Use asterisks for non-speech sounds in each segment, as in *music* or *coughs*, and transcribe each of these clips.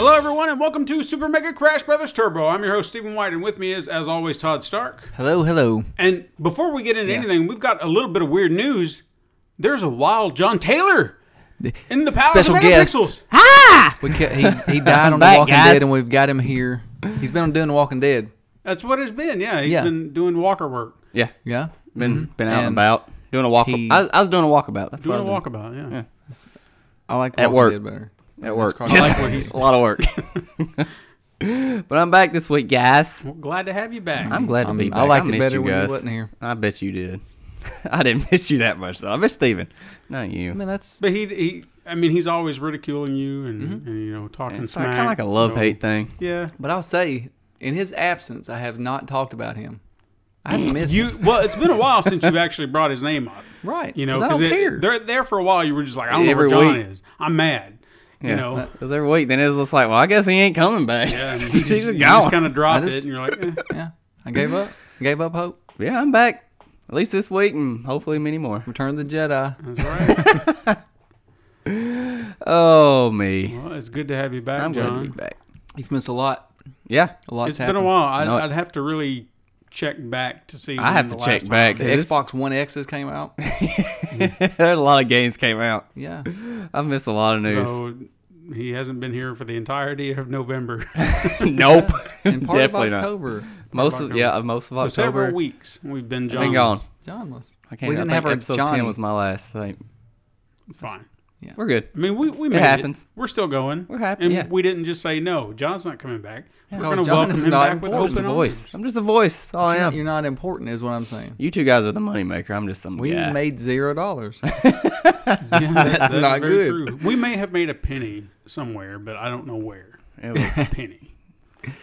Hello, everyone, and welcome to Super Mega Crash Brothers Turbo. I'm your host, Stephen White, and with me is, as always, Todd Stark. Hello, hello. And before we get into anything, we've got a little bit of weird news. There's a wild John Taylor in the Palace Special of guest. Megapixels. We ca- *laughs* he, he died on The back, Walking guys. Dead, and we've got him here. He's been on doing The Walking Dead. That's what it's been, yeah. he's Yeah. been doing walker work, Yeah, Yeah. been been out and, Mm-hmm. And about doing a walk. he- I, I was doing a walkabout. That's doing a what I was walkabout, yeah. I like The At Walking work. Dead better. doing. at work. That's probably- I like what he's- a lot *laughs* of work. *laughs* but I'm back this week, guys. Well, glad to have you back. I'm glad to be I'm- back. Um, I liked it missed better you when you guys. wasn't here. I bet you did. *laughs* I didn't miss you that much though. I missed Steven. Not you. I mean, that's but he, he, I mean, he's always ridiculing you and, and you know, talking Mm-hmm. it's smack. kind of like a love so- hate thing. Yeah. But I'll say, in his absence, I have not talked about him. I haven't missed him. You well, it's been a while since you've actually brought his name *laughs* up. Right, You know, 'cause I because don't care. they're there for a while. You were just like, I don't Every know where John week. is. I'm mad. Yeah. You know, *laughs* It was every week. Then it was just like, well, I guess he ain't coming back. *laughs* Yeah, and you He's just, just you gone. just kind of dropped I just- it, and you're like, eh. Yeah. I gave up. Gave up hope. Yeah, I'm back. At least this week, and hopefully many more. Return of the Jedi. that's all *laughs* right. Oh me, well, it's good to have you back, I'm glad to John. be back. You've missed a lot. Yeah, A lot's It's been happened. a while. I, No, it- I'd have to really check back to see. I have when to the check last back. time- The Xbox One X's came out. There's *laughs* a lot of games came out. *laughs* Yeah. I missed a lot of news. So he hasn't been here for the entirety of November, *laughs* *laughs* nope, *laughs* And part definitely of not. October. Most of yeah, most of so October. several weeks we've been John. Been gone. John was. I We didn't I have think our episode Johnny. ten was my last. I think It's fine. we're good. I mean, we we made happens. It. We're still going. We're happy, and yeah. we didn't just say no. John's not coming back. We're Because going to John welcome is him not back with important. Just open a arms. voice. I'm just a voice. That's all I You're not, am. you're not important, is what I'm saying. You two guys are the moneymaker. I'm just some We guy. made zero *laughs* dollars. *laughs* Yeah, that- that's not very good. True. We may have made a penny somewhere, but I don't know where. it was *laughs* I *laughs* Penny.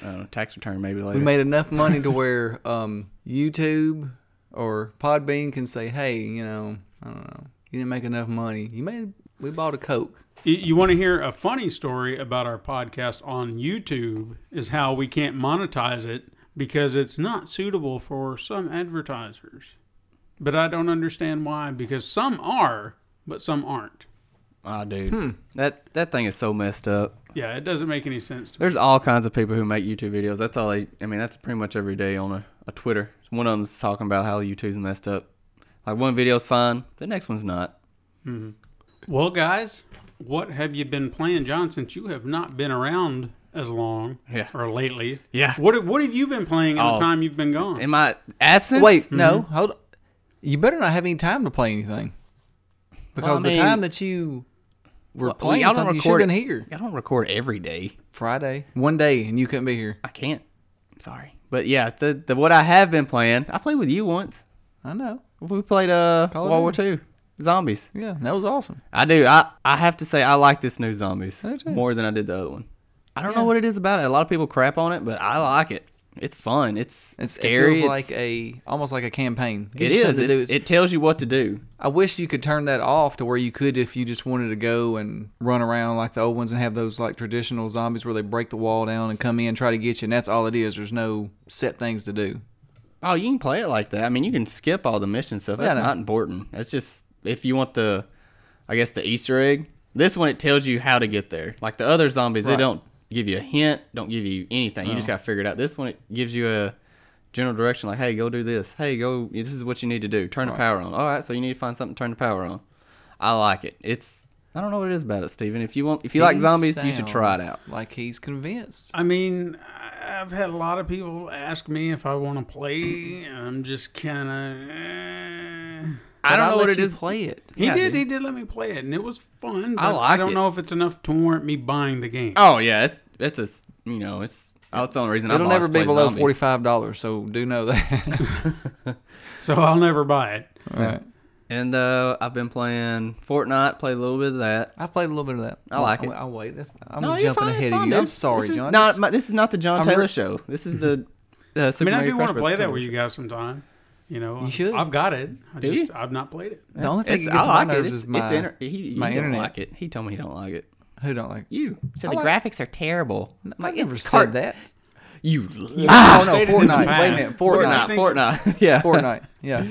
don't know, tax return maybe later. we made enough money to where um, YouTube or Podbean can say, "Hey, you know, I don't know, you didn't make enough money. You made we bought a Coke." You, you want to hear a funny story about our podcast on YouTube is how we can't monetize it because it's not suitable for some advertisers. But I don't understand why because some are, but some aren't. Ah, dude, that that thing is so messed up. Yeah, it doesn't make any sense to me. There's all kinds of people who make YouTube videos. That's all they. I mean, that's pretty much every day on a, a Twitter. One of them's talking about how YouTube's messed up. Like one video's fine, the next one's not. Well, guys, what have you been playing, John? Since you have not been around as long, Yeah. or lately, Yeah. What what have you been playing in Oh. the time you've been gone? Am I absent? Wait, no, hold. on. You better not have any time to play anything because Well, I the mean- time that you were Well, playing y'all don't something, you should record have been it. here I don't record every day. Friday, one day, and you couldn't be here. I can't. Sorry, but yeah, the, the what I have been playing, I played with you once. I know. We played uh Call of World War Two zombies. Yeah, that was awesome. I do. I I have to say I like this new zombies do too. more than I did the other one. I don't know what it is about it. A lot of people crap on it, but I like it. It's fun. It's, It's scary. It it's, feels like a almost like a campaign. It Gives you is. something to do. It's, it tells you what to do. I wish you could turn that off to where you could if you just wanted to go and run around like the old ones and have those like traditional zombies where they break the wall down and come in try to get you and that's all it is. There's no set things to do. Oh, you can play it like that. I mean, you can skip all the mission stuff. That's Yeah, I know. not important. That's just if you want the, I guess the Easter egg. This one it tells you how to get there. Like the other zombies, they Right. don't give you a hint, don't give you anything. You just got to figure it out. This one it gives you a general direction, like, hey, go do this. Hey, go. This is what you need to do. Turn the power on. All right, so you need to find something to turn the power on. I like it. It's I don't know what it is about it, Steven. If you want, if you like He zombies, you should try it sounds out. Like he's convinced. I mean, I- I've had a lot of people ask me if I want to play. I'm just kind of. Eh. I But don't I'll know what let it you is. Play it. He Yeah, did. dude. He did let me play it, and it was fun. But I I, like don't it. know if it's enough to warrant me buying the game. Oh yeah, it's it's a s- you know it's That's the only reason It'll I've never always be played below zombies. forty-five dollars, so do know that. So I'll never buy it. *laughs* All right. And uh, I've been playing Fortnite. Played a little bit of that. *laughs* I played a little bit of that. I like I'll, it. I'll wait. That's, I'm No, you're jumping fine, it's ahead of fine, you. dude. I'm sorry, this is John. Not Just- my, this is not the John I'm Taylor re- show. This *laughs* is the uh, I Super mean, I Mario do Crash want to Bros. play that Tetris. with you guys sometime. You know, I- should. I've got it. I Do just I've not played it. the only thing It's, that I gets on like my it. nerves It's, is it's my inter- he, you my don't internet. like it. He told me he don't like it. who don't like. You said I the like- graphics are terrible. I'm I like, never it's said cart- that. You Oh no, stated in the Fortnite. past. Wait a minute, Fortnite, Fortnite. Fortnite, *laughs* yeah. Fortnite. *laughs* Yeah.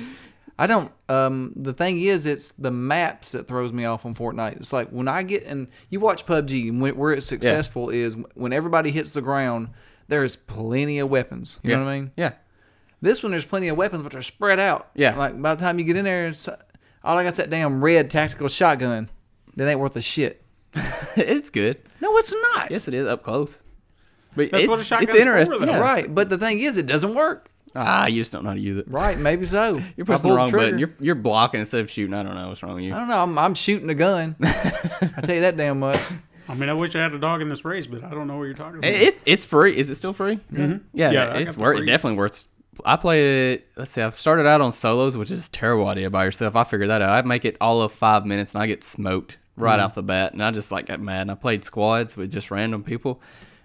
I don't. Um, the thing is, it's the maps that throws me off on Fortnite. It's like when I get and you watch PUBG, and when, where it's successful is when everybody hits the ground. There is plenty of weapons. You know what I mean? Yeah, *laughs* This one, there's plenty of weapons, but they're spread out. Yeah. Like by the time you get in there, it's, all I got's that damn red tactical shotgun. That ain't worth a shit. it's good. No, it's not. Yes, it is up close. But That's it's, what a shotgun's it's interesting. for, though. yeah. Right, but the thing is, it doesn't work. Ah, you just don't know how to use it. Right, maybe so. *laughs* I You're pressing pulled the wrong trigger. button. You're you're blocking instead of shooting. I don't know what's wrong with you. I don't know. I'm, I'm shooting a *laughs* gun. I tell you that damn much. I mean, I wish I had a dog in this race, but I don't know what you're talking about. It- It's it's free. Is it still free? Mm-hmm. Yeah, Yeah, I got it's the worth. free. Definitely worth. I play it. Let's see. I started out on solos, which is a terrible idea by yourself. I figured that out. I make it all of five minutes, and I get smoked right off the bat, and I just like got mad. And I played squads with just random people,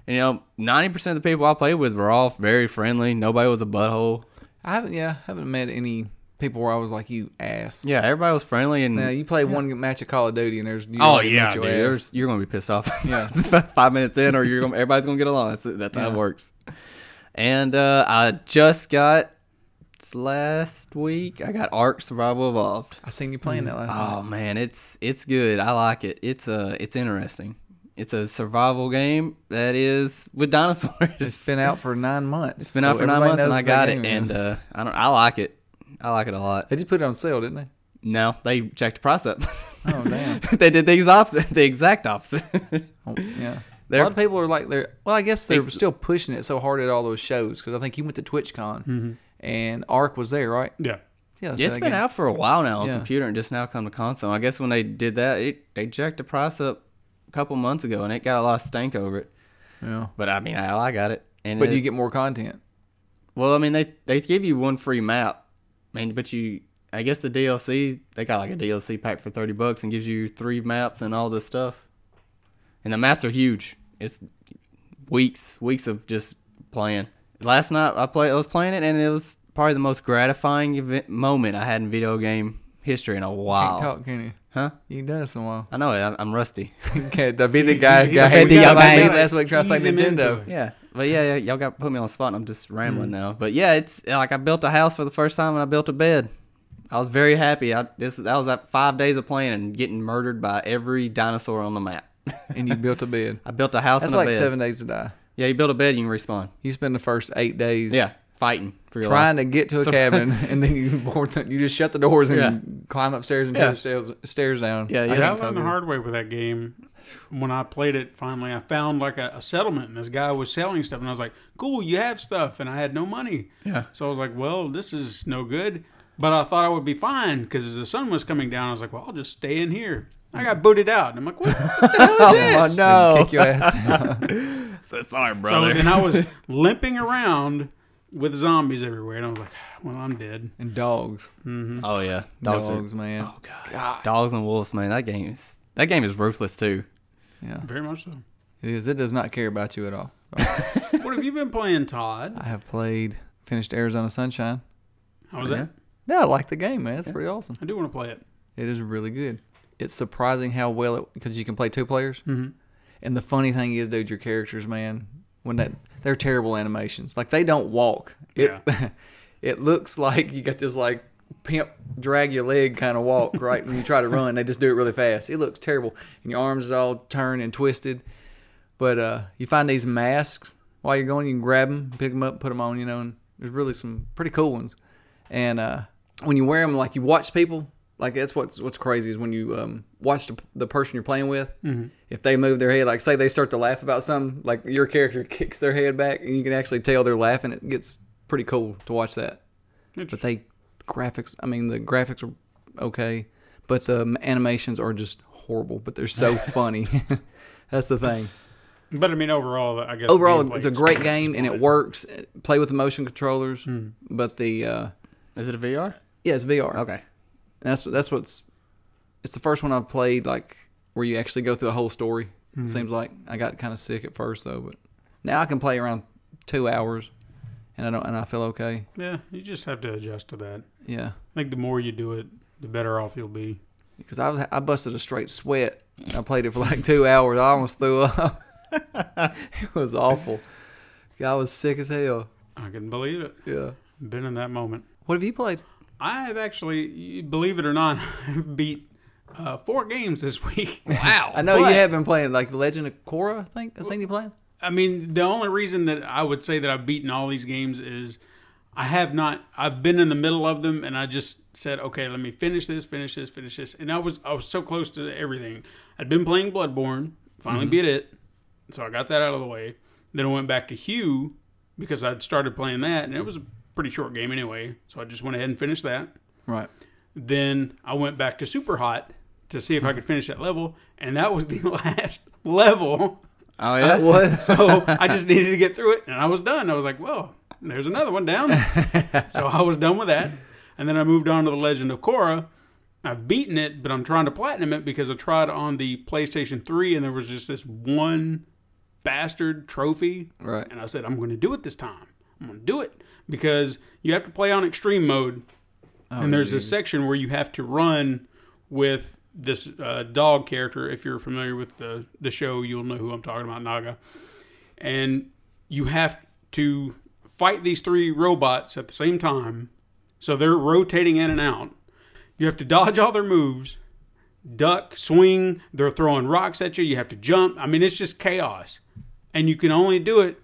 and you know, ninety percent of the people I played with were all very friendly. Nobody was a butthole. I haven't. Yeah, I haven't met any people where I was like, you ass. Yeah, everybody was friendly, and Now you play one match of Call of Duty and there's you Oh already yeah, met dude. your ass. There's, you're gonna be pissed off. *laughs* Yeah. five minutes in, or you're gonna, everybody's gonna get along. That's, that's how it works. And uh, I just got it's last week. I got Ark Survival Evolved. I seen you playing that last night. Oh man, it's it's good. I like it. It's uh it's interesting. It's a survival game that is with dinosaurs. *laughs* It's been out for nine months. It's been out for nine months, and I got it. And uh, I don't. I like it. I like it a *laughs* lot. they just put it on sale, didn't they? No, they checked the price up. *laughs* Oh damn. they did the exact opposite. The exact opposite. Oh, yeah. a They're- lot of people are like they're well. I guess they're They- still pushing it so hard at all those shows because I think you went to TwitchCon and Ark was there, right? yeah. Yeah, Mm-hmm. Yeah, so it's they been got- out for a while now on Yeah. computer and just now come to console. I guess when they did that, it, they jacked the price up a couple months ago and it got a lot of stank over it. Yeah. But I mean, hell, I got it. And But it- you get more content. well, I mean, they they give you one free map, I mean, but you, I guess the DLC they got like a DLC pack for thirty bucks and gives you three maps and all this stuff. And the maps are huge. It's weeks, weeks of just playing. Last night I play, I was playing it, and it was probably the most gratifying event, moment I had in video game history in a while. Can't talk, can you? Oh. Huh? You can do this in a *laughs* while. I know it. I'm, I'm rusty. *laughs* Okay, the video *laughs* guy Yeah, got we gotta guy ease made last week trying to say ease him into Nintendo. it. yeah. But yeah, yeah, y'all got put me on the spot and I'm just rambling now. But yeah, it's like I built a house for the first time and I built a bed. I was very happy. I this that was like five days of playing and getting murdered by every dinosaur on the map. *laughs* and you built a bed. I built a *laughs* house That's and a like bed. seven days to die. Yeah, you build a bed, you can respawn. You spend the first eight days Yeah, fighting for your trying life. to get to a *laughs* So- cabin, and then you *laughs* board the, you just shut the doors and Yeah. climb upstairs and Yeah. tear the stairs, stairs down. Yeah, yeah. I Yes. got learned the hard way with that game. When I played it, finally, I found like a, a settlement, and this guy was selling stuff, and I was like, "Cool, you have stuff," and I had no money. Yeah. So I was like, "Well, this is no good." But I thought I would be fine because the sun was coming down. I was like, "Well, I'll just stay in here." I got booted out, and I'm like, "What?" the hell is this?" Oh, no. *laughs* Kick your ass. So *laughs* sorry, So brother. then I was limping around with zombies everywhere, and I was like, *sighs* "Well, I'm dead." and dogs. oh yeah, Dogs, dogs. are- man. oh god. dogs and wolves, man. That game is that game is ruthless too. Yeah. Very much so. It is. It does not care about you at *laughs* all. What have you been playing, Todd? I have played, finished Arizona Sunshine. How was that? Yeah, I like the game, man. It's pretty awesome. I do want to play it. It is really good. It's surprising how well it because you can play two players. Mm-hmm. And the funny thing is, dude, your characters, man, when that they're terrible animations. Like they don't walk. It *laughs* it looks like you got this like pimp drag your leg kind of walk right when you try to run. They just do it really fast. It looks terrible, and your arms is all turned and twisted. But uh, you find these masks while you're going. You can grab them, pick them up, put them on. You know, and there's really some pretty cool ones. And uh, when you wear them, like you watch people. Like that's what's what's crazy is when you um, watch the, the person you're playing with. If they move their head, like say they start to laugh about something, like your character *laughs* kicks their head back, and you can actually tell they're laughing. It gets pretty cool to watch that. But they graphics. I mean, the graphics are okay, but the animations are just horrible. But they're so funny. *laughs* that's the thing. But I mean, overall, I guess Overall, gameplay it's a great experience game is and it fine. works. Play with the motion controllers, but the uh, Is it a VR? yeah, it's VR. Okay. That's that's what's it's the first one I've played like where you actually go through a whole story. It seems like I got kind of sick at first though, but now I can play around two hours, and I don't and I feel okay. Yeah, you just have to adjust to that. Yeah, I think the more you do it, the better off you'll be. because I was, I busted a straight sweat. I played it for like two hours. I almost threw up. *laughs* it was awful. Yeah, I was sick as hell. I can believe it. Yeah. Been in that moment. What have you played? I have actually, you- believe it or not, *laughs* I've beat uh, four games this week. I Wow. know you have been playing like Legend of Korra. I think I seen you playing. I mean, the only reason that I would say that I've beaten all these games is I have not. I've been in the middle of them, and I just said, "Okay, let me finish this, finish this, finish this." And I was I was so close to everything. I'd been playing Bloodborne, finally beat it, so I got that out of the way. Then I went back to Hue because I'd started playing that, and it was a pretty short game anyway. So I just went ahead and finished that. Right. Then I went back to Super Hot to see if I could finish that level, and that was the *laughs* last level. Oh That yeah. was *laughs* So I just needed to get through it, and I was done. I was like, "Well, there's another one down." so I was done with that, and then I moved on to the Legend of Korra. I've beaten it, but I'm trying to platinum it because I tried on the PlayStation 3, and there was just this one bastard trophy. Right. And I said, "I'm going to do it this time. I'm going to do it because you have to play on extreme mode, and there's this section where you have to run with." This uh, dog character, if you're familiar with the the show, you'll know who I'm talking about, Naga and you have to fight these three robots at the same time. So they're rotating in and out. You have to dodge all their moves, duck, swing. They're throwing rocks at you. You have to jump. I mean, it's just chaos. And you can only do it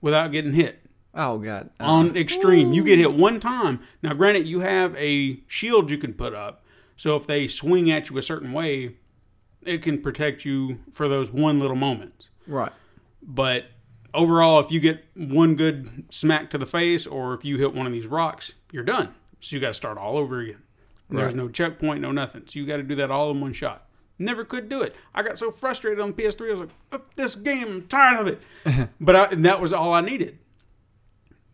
without getting hit oh *laughs* god. Um, Uh, on extreme. You get hit one time. Now, granted, you have a shield you can put up. So if they swing at you a certain way, it can protect you for those one little moments. right. But overall, if you get one good smack to the face or if you hit one of these rocks, you're done. So you got to start all over again. There's no checkpoint, no nothing. So you got to do that all in one shot. Never could do it. I got so frustrated on PS3. I was like, "F this game, I'm tired of it. but I, and that was all I needed.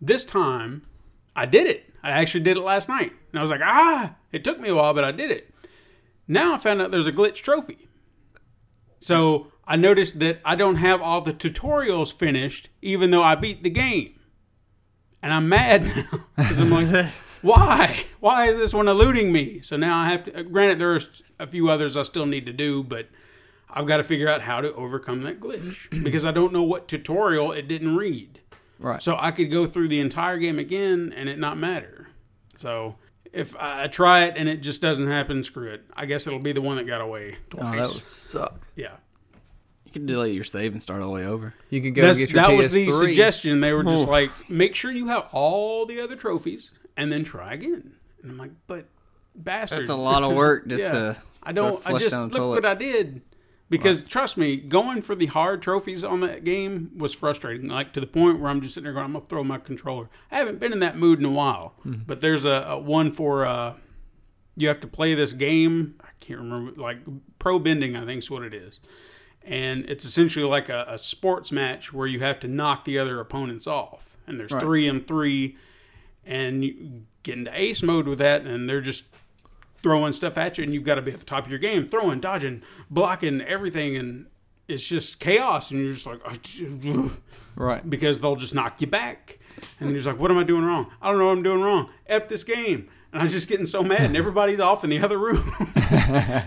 This time, I did it. I actually did it last night. And I was like, ah, it took me a while, but I did it. Now I found out there's a glitch trophy. So I noticed that I don't have all the tutorials finished, even though I beat the game. And I'm mad *laughs* now. 'Cause I'm like, *laughs* why? Why is this one eluding me? So now I have to. uh, Granted, there's a few others I still need to do, but I've got to figure out how to overcome that *clears throat* glitch because I don't know what tutorial it didn't read. Right. So I could go through the entire game again and it not matter. So if I I try it and it just doesn't happen, screw it. I guess it'll be the one that got away Oh, twice. that would suck. yeah. You can delete your save and start all the way over. You could go That's- get your that PS3. was the suggestion. They were just like, make sure you have all the other trophies and then try again. And I'm like, but bastard, That's a lot of work just Yeah. to. I don't. I flush just down look the toilet. what I did. Because trust me, going for the hard trophies on that game was frustrating. Like to the point where I'm just sitting there going, "I'm gonna throw my controller." I haven't been in that mood in a while. Hmm. But there's a, a one for uh, you have to play this game. I can't remember, like pro bending, I think is what it is. And it's essentially like a, a sports match where you have to knock the other opponents off. And there's three and three, and you get into ace mode with that, and they're just throwing stuff at you, and you've got to be at the top of your game, throwing, dodging, blocking, everything, and it's just chaos. And you're just like, Right. because they'll just knock you back. And you're just like, what am I doing wrong? I don't know what I'm doing wrong. F this game. And I'm just getting so mad, and everybody's off in the other room,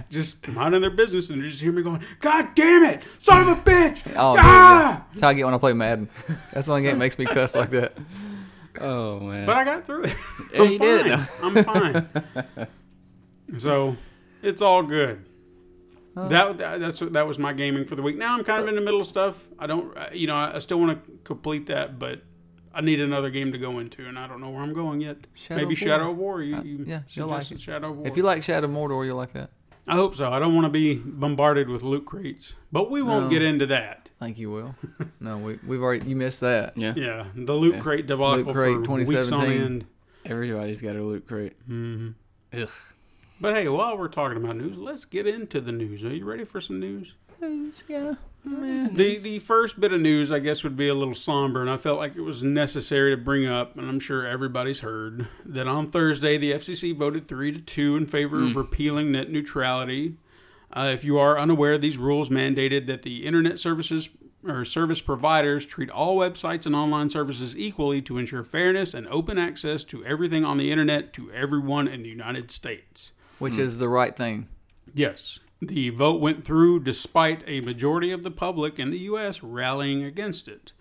*laughs* just minding their business, and you just hear me going, "God damn it, son of a bitch!" Oh, dude, ah! yeah. that's how I get when I play Madden. That's *laughs* the only game that makes me cuss like that. Oh man. But I got through *laughs* it. Yeah, I'm you fine. did, I'm fine. so it's all good. Oh. That, that that's what- that was my gaming for the week. Now I'm kind of in the middle of stuff. I don't, uh, you know, I I still want to complete that, but I need another game to go into, and I don't know where I'm going yet. Shadow Maybe of War. Uh, Shadow of War. You, you yeah, you'll like suggested it. Shadow of War. If you like Shadow of Mordor, you'll like that. I hope so. I don't want to be bombarded with loot crates, but we won't No. get into that. I think you *laughs* will. No, we, we've already you missed that. yeah. Yeah, the loot crate debacle crate for weeks on 2017. end. Everybody's got a loot crate. Mm-hmm. Ugh. But hey, while we're talking about news, let's get into the news. Are you ready for some news? suppose, yeah. The the first bit of news, I guess, would be a little somber, and I felt like it was necessary to bring up, and I'm sure everybody's heard that on Thursday the FCC voted three to two in favor of repealing net neutrality. Uh, if you are unaware, these rules mandated that the internet services or service providers treat all websites and online services equally to ensure fairness and open access to everything on the internet to everyone in the United States. Which Mm. is the right thing. Yes. The vote went through despite a majority of the public in the U.S. rallying against it.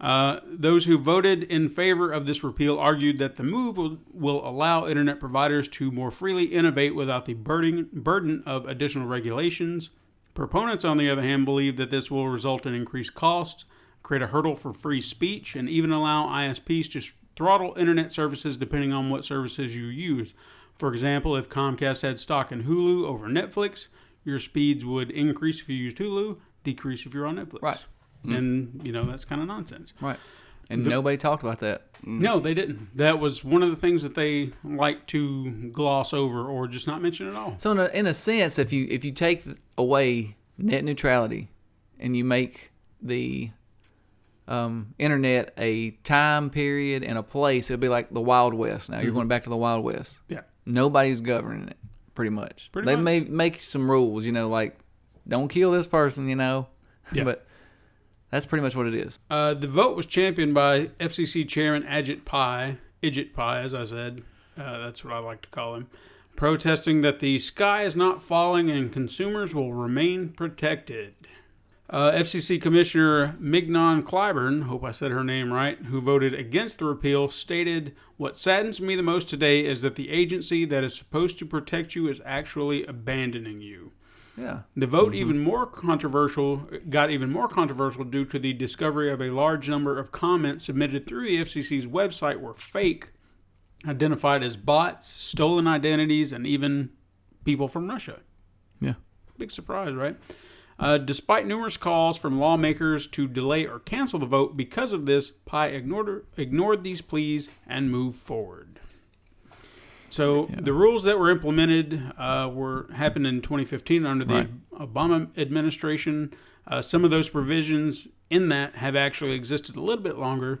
Uh, those who voted in favor of this repeal argued that the move will, will allow internet providers to more freely innovate without the burden, burden of additional regulations. Proponents, on the other hand, believe that this will result in increased costs, create a hurdle for free speech, and even allow ISPs to s- throttle internet services depending on what services you use. For example, if Comcast had stock in Hulu over Netflix, your speeds would increase if you used Hulu, decrease if you're on Netflix. Right. And, you know, that's kind of nonsense. Right. And nobody talked about that. No, they didn't. That was one of the things that they like to gloss over or just not mention at all. So in a, in a sense, if you if you take away net neutrality, and you make the um, internet a time period and a place, it'll be like the Wild West. Mm-hmm. Now you're going back to the Wild West. Yeah. Nobody's governing it, pretty much. Pretty they much. may make some rules, you know, like don't kill this person, you know. Yeah. *laughs* but that's pretty much what it is. Uh, the vote was championed by FCC Chairman Ajit Pai, Ajit Pai, as I said. Uh, that's what I like to call him. Protesting that the sky is not falling and consumers will remain protected. Uh, FCC Commissioner Mignon Clyburn, hope I said her name right, who voted against the repeal, stated, What saddens me the most today is that the agency that is supposed to protect you is actually abandoning you. Yeah. The vote, even more controversial, got even more controversial due to the discovery of a large number of comments submitted through the FCC's website were fake, identified as bots, stolen identities, and even people from Russia. Yeah. Big surprise, right? Uh, despite numerous calls from lawmakers to delay or cancel the vote because of this, Pi ignored, ignored these pleas and moved forward. So the rules that were implemented uh, were happened in 2015 under the Obama administration. Uh, some of those provisions in that have actually existed a little bit longer.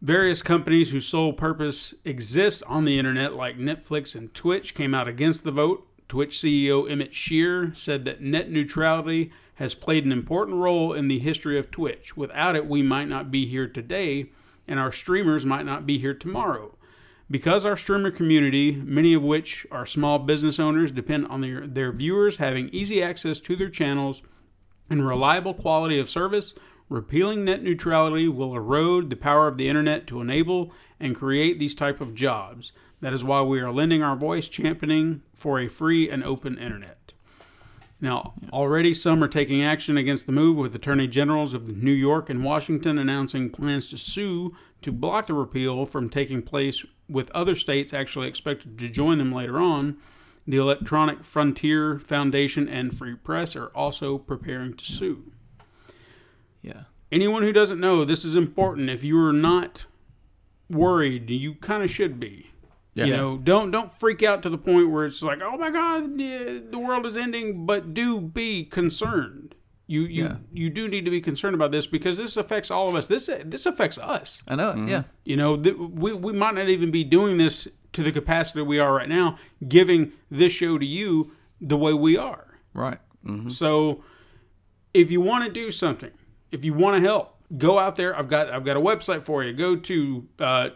Various companies whose sole purpose exists on the internet, like Netflix and Twitch, came out against the vote. Twitch CEO Emmett Shear said that net neutrality has played an important role in the history of Twitch. Without it, we might not be here today, and our streamers might not be here tomorrow. Because our streamer community, many of which are small business owners, depend on their, their viewers having easy access to their channels and reliable quality of service, repealing net neutrality will erode the power of the internet to enable and create these type of jobs. That is why we are lending our voice championing for a free and open internet. Now, already some are taking action against the move, with attorney generals of New York and Washington announcing plans to sue to block the repeal from taking place, with other states actually expected to join them later on. The Electronic Frontier Foundation and Free Press are also preparing to sue. Yeah. Anyone who doesn't know, this is important. If you are not worried, you kind of should be. You Yeah. know, don't don't freak out to the point where it's like, oh my God, yeah, the world is ending. But do be concerned. You you Yeah. you do need to be concerned about this because this affects all of us. This this affects us. I know. it. Yeah. You know, th- we, we might not even be doing this to the capacity we are right now, giving this show to you the way we are. Right. Mm-hmm. So, if you want to do something, if you want to help, go out there. I've got I've got a website for you. Go to uh,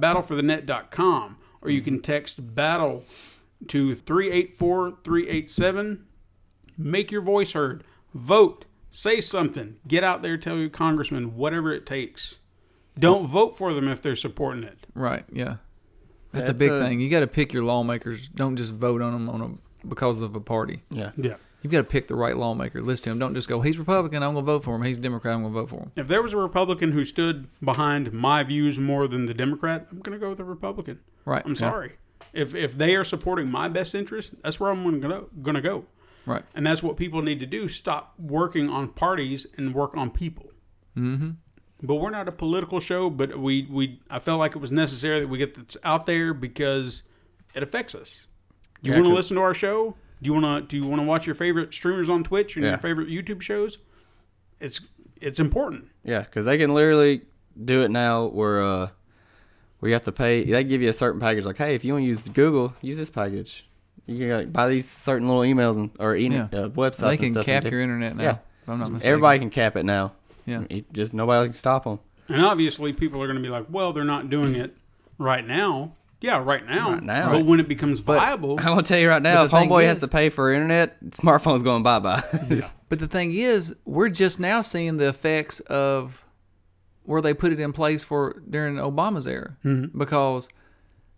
www.battleforthenet.com, or you can text battle to three eight four three eight seven. Make your voice heard. Vote. Say something. Get out there. Tell your congressman whatever it takes. Don't vote for them if they're supporting it. Right. Yeah. That's, a That's big a- thing. You got to pick your lawmakers. Don't just vote on them on a because of a party. Yeah. Yeah. You've got to pick the right lawmaker. Listen to him. Don't just go, he's Republican, I'm going to vote for him. He's Democrat, I'm going to vote for him. If there was a Republican who stood behind my views more than the Democrat, I'm going to go with the Republican. Right. I'm Yeah. sorry. If if they are supporting my best interest, that's where I'm going to go. Going to go, Right. and that's what people need to do. Stop working on parties and work on people. Mm-hmm. But we're not a political show. But we we I felt like it was necessary that we get this out there because it affects us. You Yeah, want to 'cause- listen to our show? Do you wanna do you wanna watch your favorite streamers on Twitch and Yeah. your favorite YouTube shows? It's it's important. Yeah, because they can literally do it now where uh, where you have to pay. They give you a certain package, like, hey, if you want to use Google, use this package. You can like, buy these certain little emails and or e- Yeah. uh, websites. They and can stuff cap and your internet now. Yeah. If I'm not mistaken. Everybody can cap it now. Yeah. It just nobody can stop them. And obviously people are gonna be like, Well, they're not doing it right now. Yeah, right now. Right now. But when it becomes viable *laughs* I'm gonna tell you right now, the if thing homeboy has is- to pay for internet, smartphone's going bye *laughs* bye. But the thing is, we're just now seeing the effects of where they put it in place for during Obama's era, because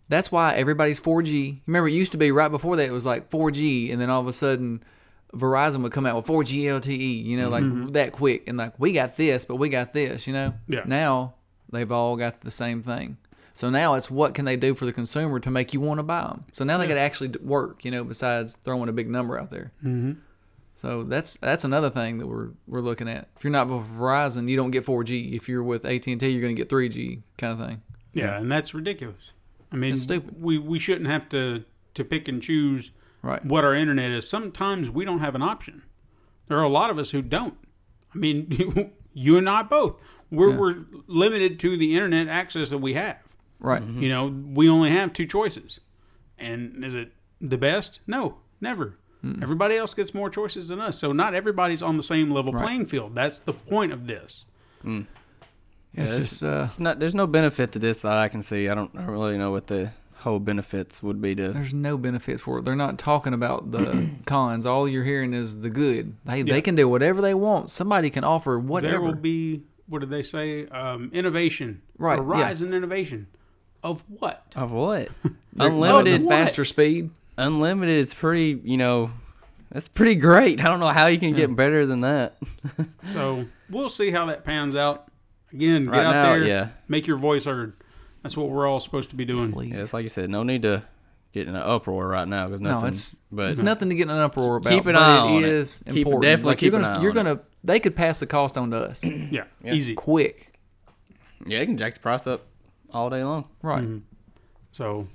that's why everybody's 4G. Remember, it used to be right before that it was like 4G, and then all of a sudden, Verizon would come out with 4G LTE. E, You know, like that quick, and like we got this, but we got this. You know. Yeah. Now they've all got the same thing. So now it's what can they do for the consumer to make you want to buy them. So now they got to actually d- work, you know, besides throwing a big number out there. So that's that's another thing that we're we're looking at. If you're not with Verizon, you don't get 4G. If you're with AT&T, you're going to get 3G kind of thing. Yeah, and that's ridiculous. I mean It's stupid. we we shouldn't have to to pick and choose Right. what our internet is. Sometimes we don't have an option. There are a lot of us who don't. I mean, *laughs* you and I both. We're, we're limited to the internet access that we have. Right. Hmm. You know, we only have two choices. And is it the best? No, never. Hmm. Everybody else gets more choices than us. So not everybody's on the same level playing field. That's the point of this. It's just uh It's not. There's no benefit to this that I can see. I don't. I don't really know what the whole benefits would be to. there's no benefits for it. They're not talking *clears throat* about the cons. All you're hearing is the good. They they can do whatever they want. Somebody can offer whatever. There will be, what did they say? Um, innovation. Right, A yeah. rise in innovation. Of what? Of what? Oh, the Unlimited faster speed. unlimited is pretty you know that's pretty great *laughs* i don't know how you can get better than that So we'll see how that pans out. Again, get Right out now, there, yeah. make your voice heard. That's what we're all supposed to be doing. yeah, it's like you said no need to get in an uproar right now because No, nothing it's but it's nothing to get in an uproar about. Keep an but eye on it it. is Keep- important. definitely like you're keep an gonna eye you're on gonna they could pass the cost on *clears throat* to us Yeah, easy. quick. yeah you can jack the price up all day long Right. Mm-hmm. So,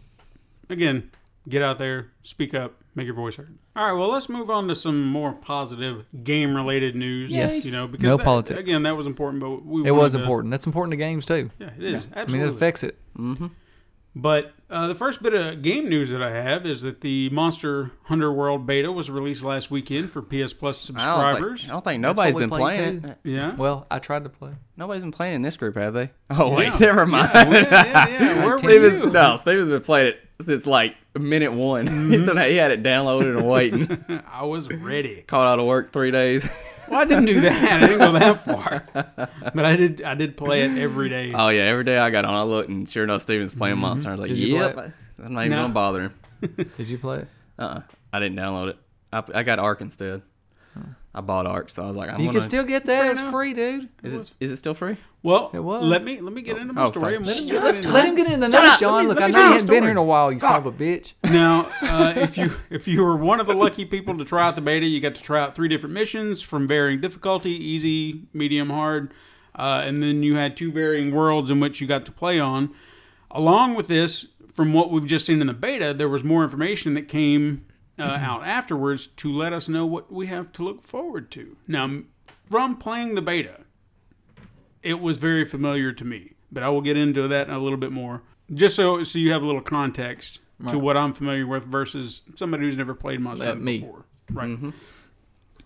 again, get out there, speak up, make your voice heard. All right, well, let's move on to some more positive game-related news. Yes. you know, because No that- politics. Again, that was important, but we It wanted was to- important. That's important to games too. Yeah, it is I mean, absolutely. it affects it. But uh, the first bit of game news that I have is that the Monster Hunter World beta was released last weekend for PS Plus I don't, think- subscribers. I don't think what nobody's we been played playing too. it. *laughs* yeah. Well, I tried to play. Nobody's been playing in this group, have they? *laughs* Oh wait, Yeah. never mind. *laughs* Yeah, yeah, *laughs* yeah. Where were Steven's- you? No, Steven's been playing it since like minute one. *laughs* He's Mm-hmm. done that. He had it downloaded and waiting. *laughs* I was ready. Called out of work three days. *laughs* Well, I didn't do that. I didn't go that far. *laughs* But I did. I did play it every day. Oh yeah, every day I got on, I looked, and sure enough, Steven's playing Monster. I was like, Mm-hmm. Did you play yep, I'm not even No. gonna bother him. Did you play it? Uh-uh. I didn't download it. I, I got Ark instead. I bought Ark, so I was like, I'm You gonna. can still get that. It's enough. free, dude. is it is it still free? Well, It was. let me let me get into my Oh, story. sorry. and Let him we'll Let's get let into him get into the Shut notes, up. Let John. me- Look, let I me know tell you the hadn't been story. here in a while, you son of a bitch. it. Now, uh, if you *laughs* if you were one of the lucky people to try out the beta, you got to try out three different missions from varying difficulty: easy, medium, hard, uh, and then you had two varying worlds in which you got to play on. Along with this, from what we've just seen in the beta, there was more information that came uh, out afterwards to let us know what we have to look forward to. Now, from playing the beta, it was very familiar to me. But I will get into that a little bit more, just so so you have a little context to what I'm familiar with versus somebody who's never played Monster That Hunter me. before. Right.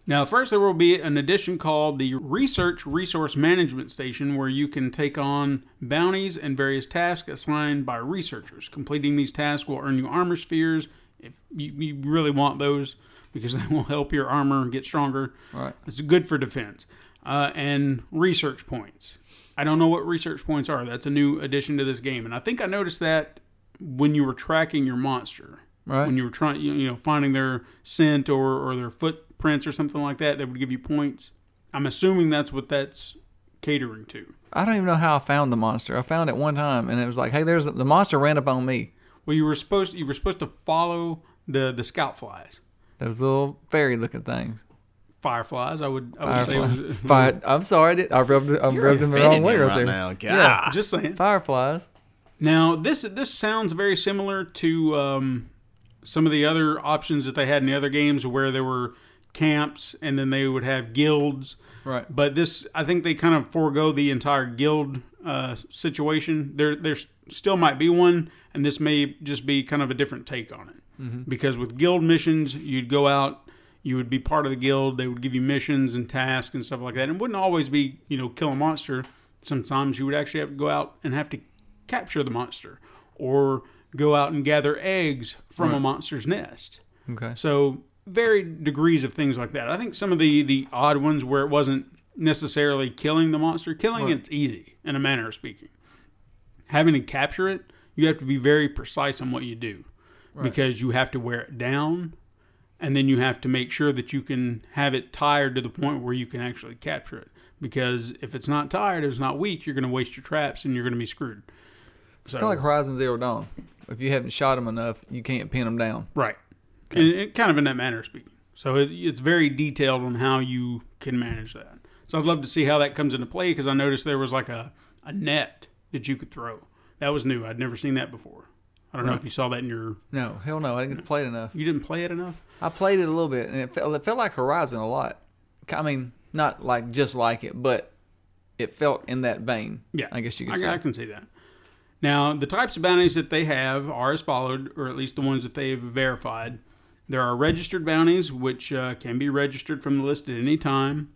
Now, first, there will be an addition called the Research Resource Management Station, where you can take on bounties and various tasks assigned by researchers. Completing these tasks will earn you armor spheres if you, you really want those, because *laughs* they will help your armor get stronger. Right. It's good for defense. Uh, and research points. I don't know what research points are. That's a new addition to this game. And I think I noticed that when you were tracking your monster Right. when you were trying, you you know, finding their scent or, or their footprints or something like that, they would give you points. I'm assuming that's what that's catering to. I don't even know how I found the monster. I found it one time, and it was like, hey, there's the monster ran up on me. Well, you were supposed you were supposed to follow the the scout flies, Those little fairy looking things. fireflies. I would I would say. it was- But I'm sorry, I, did, I rubbed, I rubbed them the wrong Offended way him right, right there. now. God. Yeah. *laughs* just saying. Fireflies. Now this this sounds very similar to um, some of the other options that they had in the other games where there were camps and then they would have guilds. Right. But this, I think they kind of forego the entire guild uh, situation. There, there still might be one, and this may just be kind of a different take on it. Because with guild missions, you'd go out, you would be part of the guild. They would give you missions and tasks and stuff like that. And it wouldn't always be, you know, kill a monster. Sometimes you would actually have to go out and have to capture the monster, or go out and gather eggs from a monster's nest. Okay. So varied degrees of things like that. I think some of the the odd ones where it wasn't necessarily killing the monster, killing it's easy in a manner of speaking. Having to capture it, you have to be very precise on what you do because you have to wear it down and then you have to make sure that you can have it tired to the point where you can actually capture it because if it's not tired, if it's not weak, you're going to waste your traps and you're going to be screwed. It's kind of like Horizon Zero Dawn. If you haven't shot them enough, you can't pin them down. Right. And it, kind of in that manner of speaking. So it, it's very detailed on how you can manage that. So I'd love to see how that comes into play because I noticed there was like a, a net that you could throw. That was new. I'd never seen that before. I don't know if you saw that in your. No, hell no. I didn't get to play it enough. You didn't play it enough? I played it a little bit, and it felt it felt like Horizon a lot. I mean, not like just like it, but it felt in that vein. Yeah. I guess you could I, say. I can see that. Now, the types of bounties that they have are as followed, or at least the ones that they've verified. There are registered bounties, which uh, can be registered from the list at any time.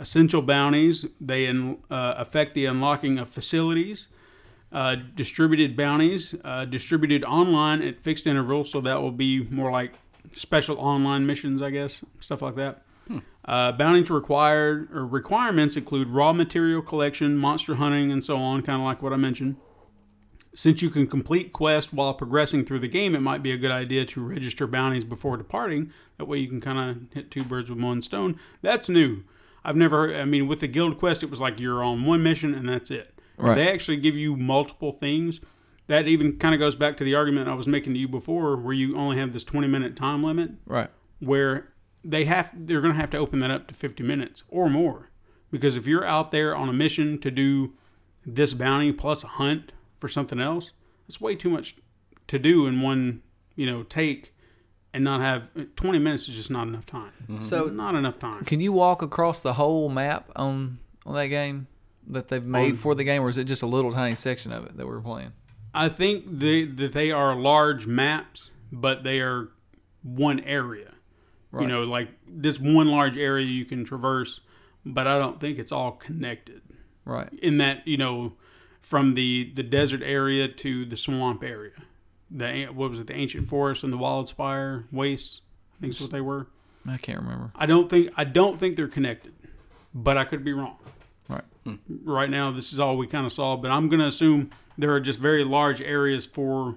Essential bounties, they in, uh, affect the unlocking of facilities. Uh, distributed bounties, uh, distributed online at fixed intervals, so that will be more like special online missions, I guess, stuff like that. Uh, bounties required or requirements include raw material collection, monster hunting, and so on, kind of like what I mentioned. Since you can complete quests while progressing through the game, it might be a good idea to register bounties before departing. That way, you can kind of hit two birds with one stone. That's new. I've never. I mean, with the guild quest, it was like you're on one mission and that's it. Right. They actually give you multiple things. That even kind of goes back to the argument I was making to you before, where you only have this 20 minute time limit Right. where they have they're going to have to open that up to 50 minutes or more because if you're out there on a mission to do this bounty plus a hunt for something else that's way too much to do in one you know take and not have 20 minutes is just not enough time So- not enough time Can you walk across the whole map on on that game that they've made for the game, or is it just a little tiny section of it that we're playing? i think they, that they are large maps but they are one area you know like this one large area you can traverse but i don't think it's all connected Right. in that you know from the the desert area to the swamp area the an- what was it the ancient forest and the wild spire wastes i think is what they were I can't remember. i don't think i don't think they're connected but i could be wrong Right. right now this is all we kind of saw but i'm going to assume there are just very large areas for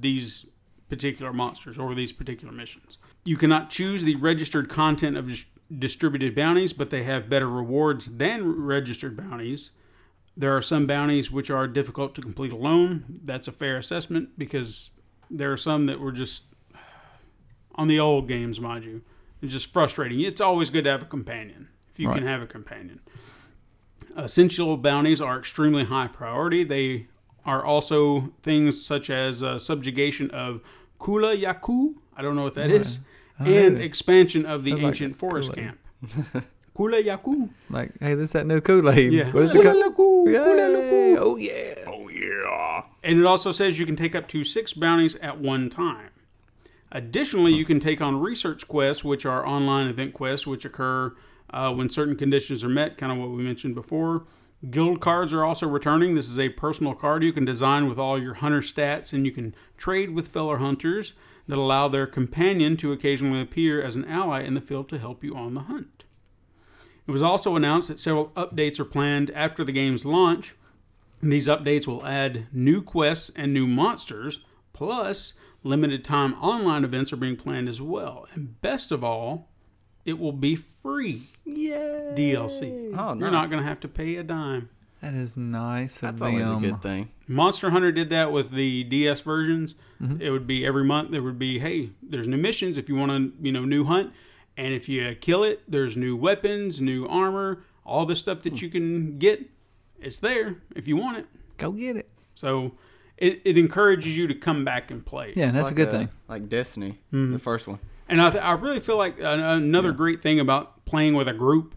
these particular monsters or these particular missions you cannot choose the registered content of dis- distributed bounties but they have better rewards than registered bounties there are some bounties which are difficult to complete alone that's a fair assessment because there are some that were just on the old games mind you it's just frustrating it's always good to have a companion if you can have a companion Essential bounties are extremely high priority. They are also things such as uh, subjugation of Kula Yaku. I don't know what that is, and expansion of the Oh, Sounds like ancient forest Kool-Aid. camp. Kula Yaku. Like, hey, this that new Kool Aid. Yeah. What is it called? Kool-Aid. Yay. Oh yeah. Oh, yeah. And it also says you can take up to six bounties at one time. Additionally, you can take on research quests, which are online event quests, which occur uh, when certain conditions are met, kind of what we mentioned before. Guild cards are also returning. This is a personal card you can design with all your hunter stats, and you can trade with fellow hunters that allow their companion to occasionally appear as an ally in the field to help you on the hunt. It was also announced that several updates are planned after the game's launch, these updates will add new quests and new monsters, plus limited time online events are being planned as well. And best of all, it will be free Yeah. DLC. Oh, You're nice. not going to have to pay a dime. That is nice of That's always them. Oh, a good thing. Monster Hunter did that with the DS versions. It would be every month. There would be, hey, there's new missions if you want to, you know, new hunt, and if you kill it, there's new weapons, new armor, all the stuff that you can get. It's there if you want it. Go get it. So it, it encourages you to come back and play. Yeah, It's that's like a good thing. Mm-hmm. Like Destiny, the first one. And I, th- I really feel like an, another great thing about playing with a group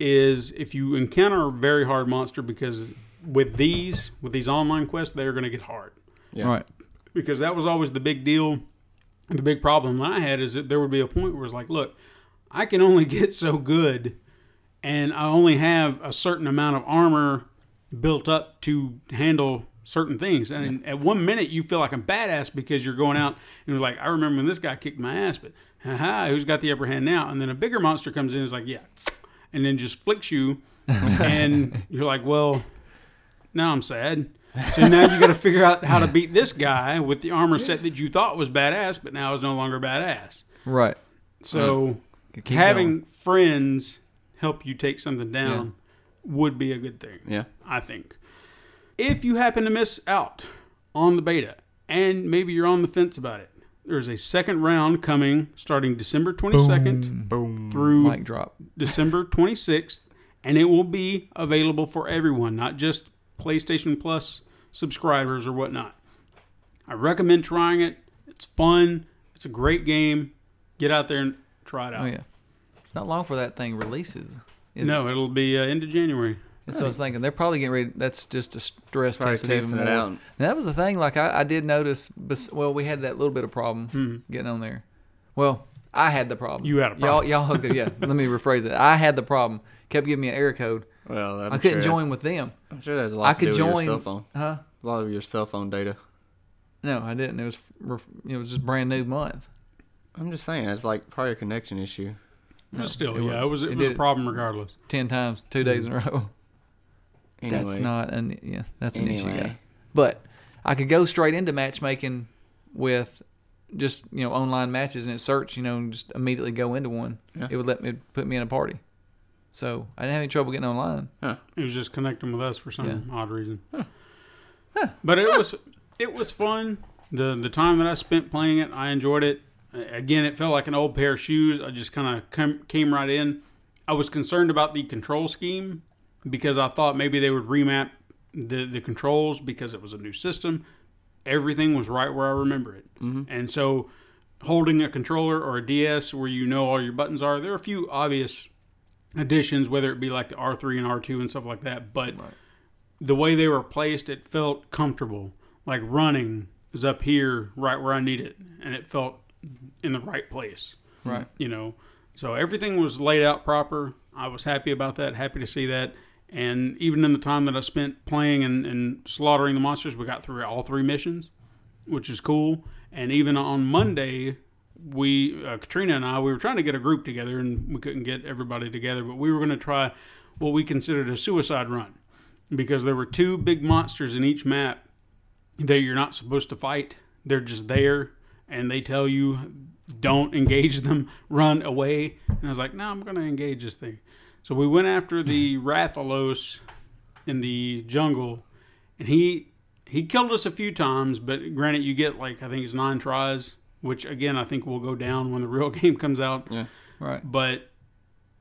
is if you encounter a very hard monster, because with these, with these online quests, they're going to get hard. Yeah. Right. Because that was always the big deal. and The big problem I had is that there would be a point where it's like, look, I can only *laughs* get so good, and I only have a certain amount of armor built up to handle certain things. And at one minute, you feel like a badass because you're going out and you're like, I remember when this guy kicked my ass, but haha, who's got the upper hand now? And then a bigger monster comes in and is like, yeah, and then just flicks you. and you're like, well, now I'm sad. So now you got to figure out how to beat this guy with the armor set that you thought was badass, but now is no longer badass. Right. So Keep having going. friends help you take something down would be a good thing. Yeah. I think. If you happen to miss out on the beta and maybe you're on the fence about it, there's a second round coming starting December 22nd through mic drop. December 26th, and it will be available for everyone, not just PlayStation Plus subscribers or whatnot. I recommend trying it. It's fun. It's a great game. Get out there and try it out. Oh yeah. It's not long for that thing releases. is it? no, it'll be uh, end of January. And so I was thinking they're probably getting ready. That's just a stress Probably test. even testing it more. out. And that was the thing. Like I, I did notice. bes- Well, we had that little bit of problem getting on there. Well, I had the problem. Hmm. You had a problem. Y'all, y'all *laughs* hooked up. Yeah. Let me rephrase it. I had the problem. Kept giving me an error code. Well, I'm I couldn't sure join with them. I'm sure there's a lot I to could do with join. your cell phone. Huh? A lot of your cell phone data. No, I didn't. It was ref- it was just brand new month. I'm just saying, it's like probably a connection issue. but still, yeah, it was, it it was a did. problem regardless. Ten times, two days Hmm. in a row. Anyway, That's not an yeah. That's an issue. Anyway. guy. But I could go straight into matchmaking with just you know online matches and it search you know and just immediately go into one. Yeah. It would let me it'd put me in a party. So I didn't have any trouble getting online. It was just connecting with us for some odd reason. But it was it was fun. The the time that I spent playing it, I enjoyed it. A- Again, it felt like an old pair of shoes. I just kind of come came right in. I was concerned about the control scheme because I thought maybe they would remap the the controls because it was a new system. Everything was right where I remember it. And so holding a controller or a DS where you know all your buttons are, there are a few obvious additions, whether it be like the R3 and R2 and stuff like that. But the way they were placed, it felt comfortable. Like running is up here, right where I need it, and it felt in the right place. Right. You know, so everything was laid out proper. I was happy about that. Happy to see that. And even in the time that I spent playing and, and slaughtering the monsters, we got through all three missions, which is cool. And even on Monday, we uh, Katrina and I we were trying to get a group together, and we couldn't get everybody together. But we were going to try what we considered a suicide run because there were two big monsters in each map that you're not supposed to fight. They're just there, and they tell you don't engage them, run away. And I was like, no, I'm going to engage this thing. So we went after the Rathalos in the jungle, and he he killed us a few times. But granted, you get like I think it's nine tries, which again I think will go down when the *laughs* real game comes out Right. but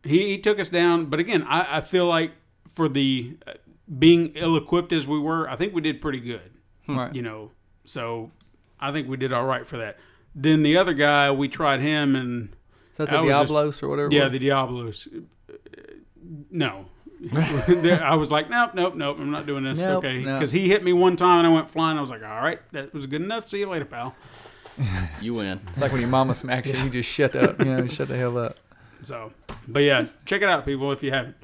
he, he took us down. But again, I, I feel like for the uh, being ill equipped as we were, I think we did pretty good. Right. You know, so I think we did all right for that. Then the other guy, we tried him, and So that's a I was just- Diablos or whatever. it yeah, was? the Diablos. Uh, No. *laughs* There- I was like, nope, nope, nope. I'm not doing this. Nope, okay, no. because he hit me one time and I went flying. I was like, all right, that was good enough. See you later, pal. you win. like when your mama smacks you, you just shut up. You know, shut the hell *laughs* up. So, but yeah, *laughs* check it out, people, if you haven't.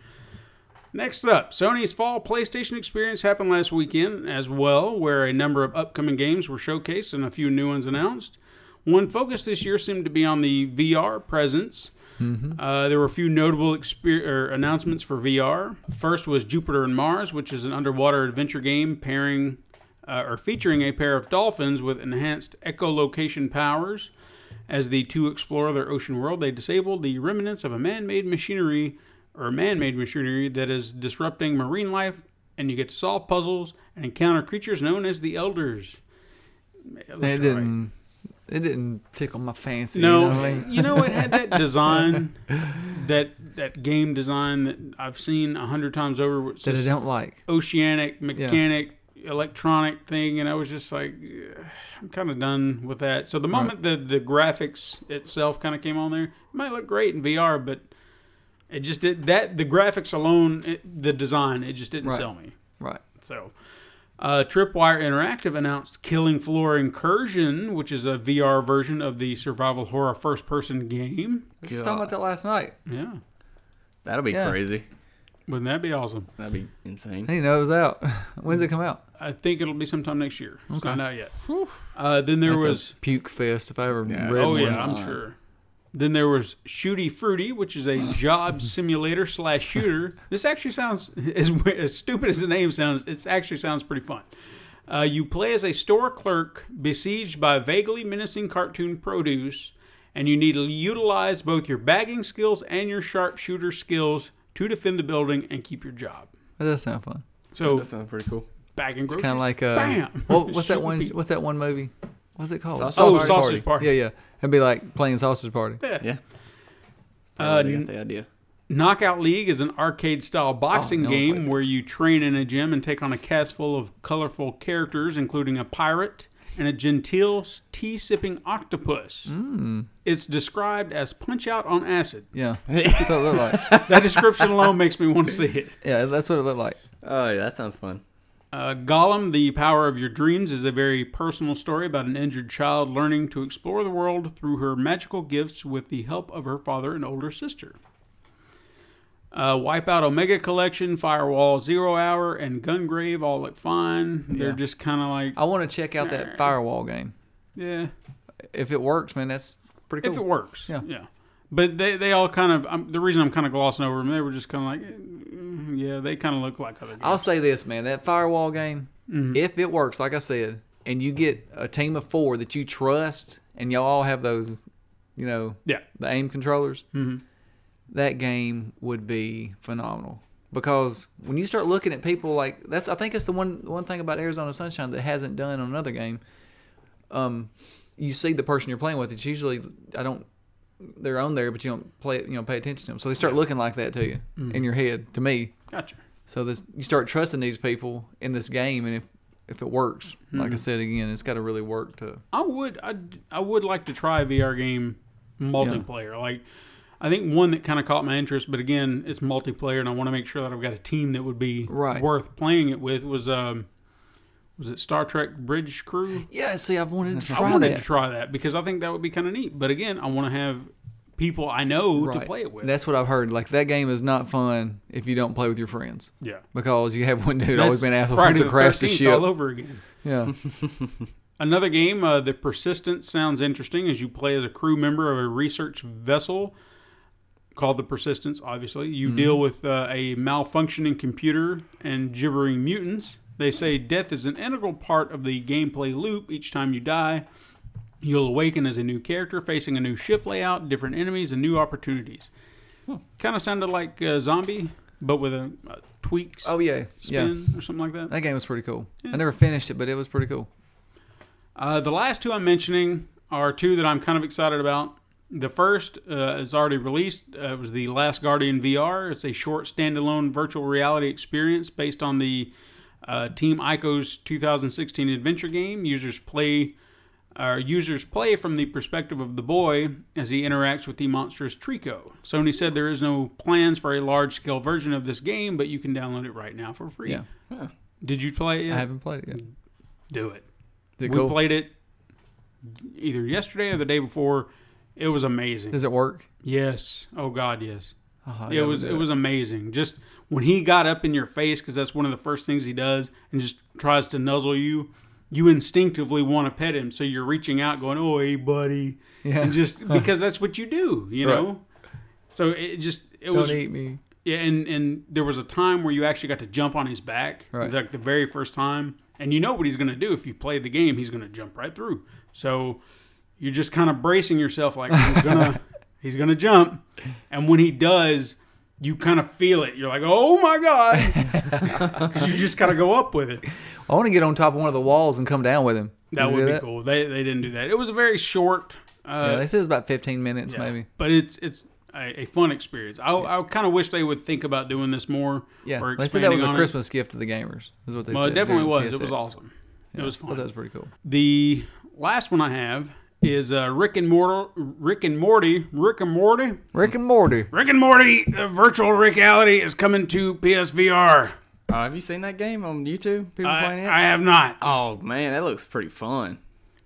Next up, Sony's fall PlayStation experience happened last weekend as well, where a number of upcoming games were showcased and a few new ones announced. One focus this year seemed to be on the VR presence. Uh, there were a few notable exper- er, announcements for VR. First was Jupiter and Mars, which is an underwater adventure game pairing uh, or featuring a pair of dolphins with enhanced echolocation powers. As the two explore their ocean world, they disable the remnants of a man-made machinery or man-made machinery that is disrupting marine life, and you get to solve puzzles and encounter creatures known as the elders. It It looked alright. didn't. It didn't tickle my fancy. You know what I No, mean? you know it had that *laughs* design, that that game design that I've seen a hundred times over. Which That I is don't like. oceanic mechanic electronic thing, and I was just like, "Ugh, I'm kind of done with that. So the moment the the graphics itself kind of came on there, it might look great in VR, but it just did that. The graphics alone, it, the design, it just didn't Right. sell me. Right. So, uh, Tripwire Interactive announced Killing Floor Incursion, which is a VR version of the survival horror first person game. I was just talking about that last night. Yeah. That'll be Yeah. crazy. Wouldn't that be awesome? That'd be insane. I didn't know it was out. *laughs* When's it come out? I think it'll be sometime next year. It's Okay. not out yet. Uh, then there That's a- was. Puke fest. If I ever Yeah. read oh, one. yeah, I'm line. sure. Then there was Shooty Fruity, which is a job simulator slash shooter. This actually sounds *laughs* as, as stupid as the name sounds. It actually sounds pretty fun. Uh, you play as a store clerk besieged by vaguely menacing cartoon produce, and you need to utilize both your bagging skills and your sharpshooter skills to defend the building and keep your job. That does sound fun. So That sounds pretty cool. bagging groceries, It's kind of like uh, Bam! *laughs* What, what's that Shooting one? people. What's that one movie? What's it called? Sausage Oh, Party. Sausage Party. Yeah, yeah. It'd be like playing sausage party. Yeah. Yeah. Uh, they got the idea. Knockout League is an arcade style boxing never played game this. where you train in a gym and take on a cast full of colorful characters, including a pirate and a genteel tea sipping octopus. It's described as punch out on acid. *laughs* Yeah. That's what it looked like. That description alone makes me want to see it. Yeah, that's what it looked like. Oh, yeah, that sounds fun. Uh, Gollum, The Power of Your Dreams is a very personal story about an injured child learning to explore the world through her magical gifts with the help of her father and older sister. Uh, Wipeout Omega Collection, Firewall Zero Hour, and Gungrave all look fine. They're Yeah. Oh, just kind of like, I want to check out that firewall game. yeah, If it works, man, that's pretty cool. if it works. Yeah. Yeah. But they, they all kind of, um, the reason I'm kind of glossing over them, they were just kind of like, eh, mm, yeah, they kind of look like other guys. I'll say this, man. That firewall game, Mm-hmm. if it works, like I said, and you get a team of four that you trust, and y'all all have those, you know, Yeah. the aim controllers, that game would be phenomenal. Because when you start looking at people like that's, I think it's the one one thing about Arizona Sunshine that hasn't done on another game. Um, you see the person you're playing with. It's usually I don't they're on there, but you don't play you know pay attention to them. So they start looking like that to you in your head. To me, Gotcha. so this you start trusting these people in this game, and if if it works, like I said again, it's got to really work to. I would I, I would like to try a VR game multiplayer. Like I think one that kind of caught my interest, but again, it's multiplayer, and I want to make sure that I've got a team that would be Right. worth playing it with. Was um was it Star Trek Bridge Crew? Yeah, see, I've wanted *laughs* to I try wanted that. to try that because I think that would be kind of neat. But again, I want to have people I know to Right. play it with. That's what I've heard. Like that game is not fun if you don't play with your friends yeah, because you have *laughs* one dude always been That's asking for to crash the 13th ship. all over again. *laughs* Yeah, Another game, uh, The Persistence, sounds interesting as you play as a crew member of a research vessel called The Persistence, obviously. You Mm-hmm. deal with uh, a malfunctioning computer and gibbering mutants. They say death is an integral part of the gameplay loop. Each time you die, you'll awaken as a new character, facing a new ship layout, different enemies, and new opportunities. Kind of sounded like uh, Zombie, but with a, a tweaks oh yeah, yeah. spin or something like that. That game was pretty cool. I never finished it, but it was pretty cool. Uh, the last two I'm mentioning are two that I'm kind of excited about. The first uh, is already released. Uh, it was the Last Guardian VR. It's a short standalone virtual reality experience based on the uh, Team Ico's 2016 adventure game. Users play, uh, users play from the perspective of the boy as he interacts with the monstrous Trico. Sony said there is no plans for a large-scale version of this game, but you can download it right now for free. Yeah. Did you play it? I haven't played it yet. Do it. Is it We cool? played it either yesterday or the day before. It was amazing. Does it work? yes. Oh God, yes. Oh, I it gotta was do it was amazing. Just when he got up in your face, because that's one of the first things he does, and just tries to nuzzle you. You instinctively want to pet him, so you're reaching out, going, "Oh, hey, buddy," Yeah. and *laughs* just because that's what you do, you Right. know. So it just it Don't was eat me. yeah, and and there was a time where you actually got to jump on his back, Right. like the very first time, and you know what he's going to do if you play the game. He's going to jump right through. So you're just kind of bracing yourself, like he's *laughs* gonna he's gonna jump, and when he does, you kind of feel it. You're like, oh my god, *laughs* because you just kind of go up with it. I want to get on top of one of the walls and come down with him. That Did you would do be cool. They they didn't do that. It was a very short. Uh, Yeah, they said it was about 15 minutes, yeah. maybe. But it's it's a, a fun experience. I, I kind of wish they would think about doing this more. Yeah, or they said that expanding was a on it. Christmas gift to the gamers. Is what they Well, said. it definitely during was. It PSX. was awesome. It was I thought fun. That was pretty cool. The last one I have is uh, Rick and Morty. Rick and Morty. Rick and Morty. Rick and Morty. Rick and Morty. Uh, virtual reality is coming to PSVR. Oh, have you seen that game on YouTube? People I, playing it? I have not. oh man, that looks pretty fun.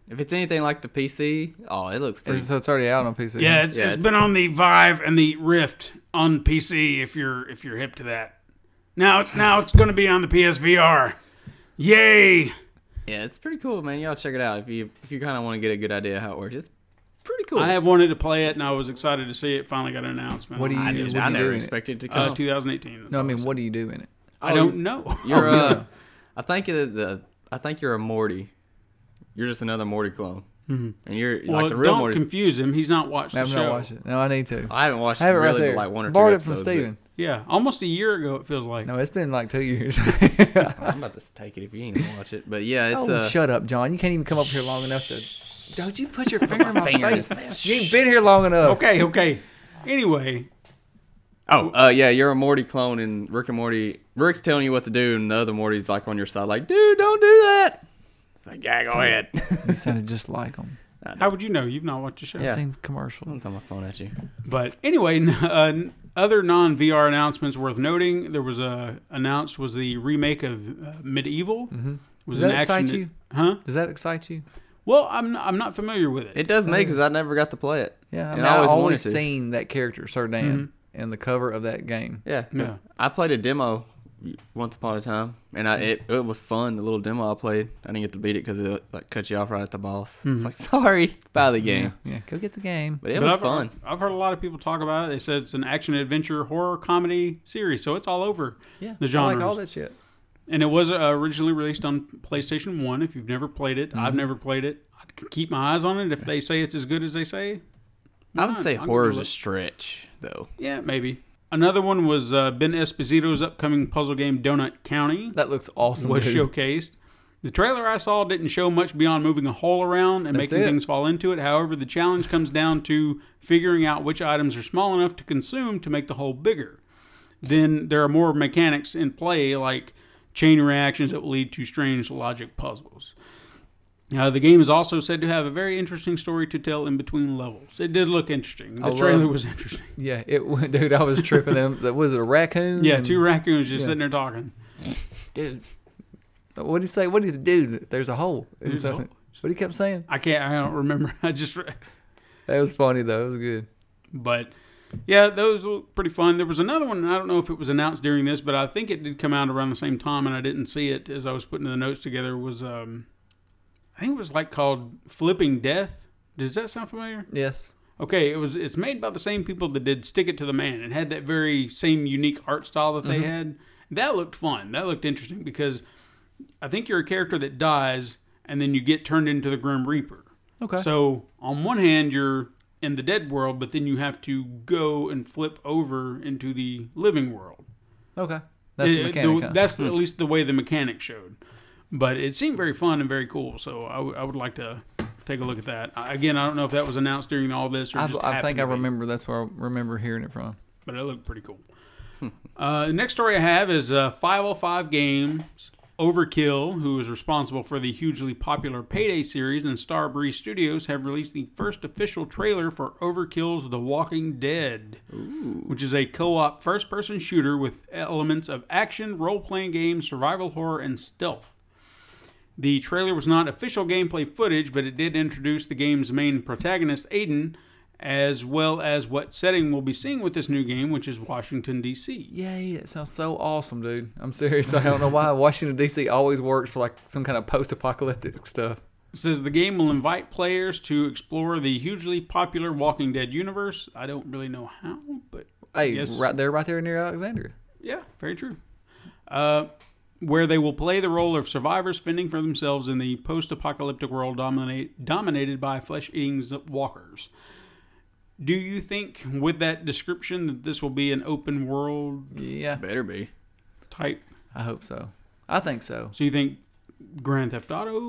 If it's anything like the PC, oh, it looks pretty. So it's already out on PC. Yeah, it's, Yeah, it's it's- been on the Vive and the Rift on PC. If you're if you're hip to that. Now now it's going to be on the PSVR. Yay! Yeah, it's pretty cool, man. Y'all check it out if you if you kind of want to get a good idea how it works. It's pretty cool. I have wanted to play it, and I was excited to see it finally got an announcement. What do you? I, do- did- what I do you do never in it? expected it to *laughs* come. Uh, 2018. that's No, I all mean, said. what do you do in it? I don't know. You're Oh, uh, I think the, the I think you're a Morty. You're just another Morty clone, mm-hmm. and you're Well, like the real don't Morty. confuse him. He's not watched the I have show. not watched it. No, I need to. I haven't watched I have it really right but there. like one or two. Borrowed it from episodes, but Steven. Yeah, almost a year ago it feels like. No, it's been like two years. *laughs* I'm about to take it if you ain't gonna watch it. But yeah, it's oh, uh, shut up, John. You can't even come up here long enough to. Don't you put your finger in my face, man. You ain't been here long enough. Okay, okay. Anyway, Oh, uh, yeah, you're a Morty clone, and Rick and Morty. Rick's telling you what to do, and the other Morty's like on your side, like, dude, don't do that. It's like, yeah, go ahead. You sounded just like him. how would you know? You've not watched the show. Yeah. Same commercials. Someone's on my phone at you. But anyway, *laughs* n- uh, n- other non VR announcements worth noting. There was a announced was the remake of uh, Medieval. Mm-hmm. Was Does an that excite action- you? Huh? Does that excite you? Well, I'm not, I'm not familiar with it. It does me because I never got to play it. Yeah, I, And mean, I always, wanted to. seen that character Sir Dan in the cover of that game. Yeah, Yeah. I played a demo once upon a time, and I it, it was fun. The little demo I played, I didn't get to beat it because it like cut you off right at the boss. It's like, sorry, buy the game, Yeah, go get the game. but it But was I've, fun. I've heard a lot of people talk about it. They said it's an action adventure horror comedy series, so it's all over Yeah, the I genre. like all that shit. And it was uh, originally released on PlayStation 1. If you've never played it, I've never played it. I could keep my eyes on it. If they say it's as good as they say, I would say I'm gonna horror's a look- stretch though. yeah, maybe. Another one was uh, Ben Esposito's upcoming puzzle game Donut County That looks awesome. was dude. showcased. The trailer I saw didn't show much beyond moving a hole around and That's making it. things fall into it. However, the challenge comes down to figuring out which items are small enough to consume to make the hole bigger. Then there are more mechanics in play, like chain reactions that will lead to strange logic puzzles. Now, the game is also said to have a very interesting story to tell in between levels. It did look interesting. The love- trailer was interesting. Yeah, it w- *laughs* dude. I was tripping them. That was it a raccoon. Yeah, and- two raccoons just sitting there talking. dude. What did he say? What did he dude? There's a hole. And There's a so, hole. What he kept saying? I can't. I don't remember. *laughs* I just. re- That was funny though. It was good. But yeah, those look pretty fun. There was another one. I don't know if it was announced during this, but I think it did come out around the same time, and I didn't see it as I was putting the notes together. Was um, I think it was like called Flipping Death. Does that sound familiar? Yes. Okay, it was. It's made by the same people that did Stick It to the Man. It had that very same unique art style that they had. That looked fun. That looked interesting because I think you're a character that dies and then you get turned into the Grim Reaper. Okay. So on one hand, you're in the dead world, but then you have to go and flip over into the living world. okay. That's the It- mechanic. huh? Hmm. That's at least the way the mechanic showed. But it seemed very fun and very cool, so I would- I would like to take a look at that. I- Again, I don't know if that was announced during all this or I, just I think happened I to be remember. That's where I remember hearing it from. but it looked pretty cool. uh, the next story I have is uh, 505 Games Overkill, who is responsible for the hugely popular Payday series, and Starbreeze Studios have released the first official trailer for Overkill's The Walking Dead, which is a co op first person shooter with elements of action, role playing game, survival horror, and stealth. The trailer was not official gameplay footage, but it did introduce the game's main protagonist, Aiden, as well as what setting we'll be seeing with this new game, which is Washington, D.C. Yay! That sounds so awesome, dude. I'm serious. *laughs* I don't know why Washington D.C. always works for like some kind of post-apocalyptic stuff. It says the game will invite players to explore the hugely popular Walking Dead universe. I don't really know how, but Hey, Yes. right there, right there near Alexandria. yeah, very true. Uh, where they will play the role of survivors fending for themselves in the post-apocalyptic world dominate, dominated by flesh-eating z- walkers. Do you think, with that description, that this will be an open world Yeah, Better be. type? I hope so. I think so. So you think Grand Theft Auto?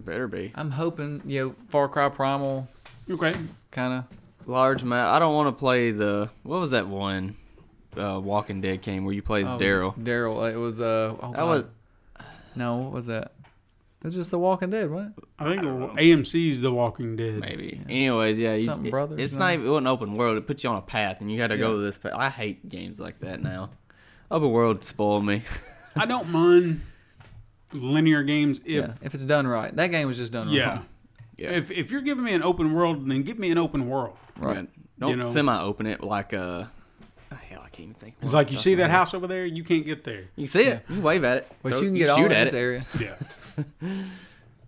Better be. I'm hoping you know Far Cry Primal Okay, kind of large map. I don't want to play the what was that one uh, Walking Dead game where you play as Oh, Daryl. Daryl. It was uh. Oh, That God. was no. What was that? It was just The Walking Dead, wasn't it? I think AMC's The Walking Dead. maybe. Anyways, yeah, you, Something it- Brothers, It's no? not even, it wasn't open world. It puts you on a path, and you got to go to this. path. I hate games like that now. Open world spoiled me. I don't mind linear games if yeah. Uh-huh. If it's done right, that game was just done yeah. wrong. Yeah. If if you're giving me an open world, then give me an open world. Right. Man, Don't know. semi-open it like a. Hell, I can't even think. It's like you see that house over there, you can't get there. You can see it. You wave at it. But throw- you can get all shoot in at this it. area. Yeah.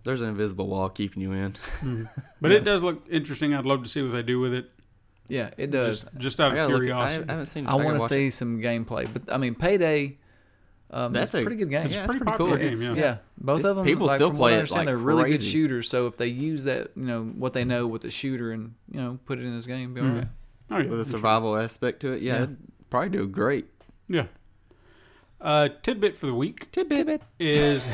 There's an invisible wall keeping you in. *laughs* But it does look interesting. I'd love to see what they do with it. *laughs* Yeah, it does. Just, just out I of gotta look. at- I curiosity. haven't I haven't seen. it. I gotta want to watch it. see some gameplay, but I mean, Payday. Um, That's that's a a- pretty good game. that's Yeah, a pretty popular cool. game, It's- yeah. both It's- of them. people like, still from what play I it understand, like they're really good crazy. shooters. So if they use that, you know, what they know with the shooter, and you know, put it in this game, be Hmm. all right. Oh, yeah. with a survival aspect to it. Yeah, Yeah. it'd probably do great. yeah. Uh, tidbit for the week Tidbit. *laughs* is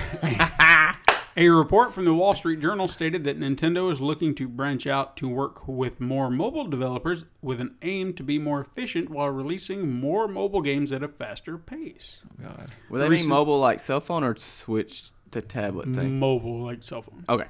a report from the Wall Street Journal stated that Nintendo is looking to branch out to work with more mobile developers with an aim to be more efficient while releasing more mobile games at a faster pace. God. Will they be Recent- mobile like cell phone or switch to tablet thing? Mobile, like cell phone. Okay.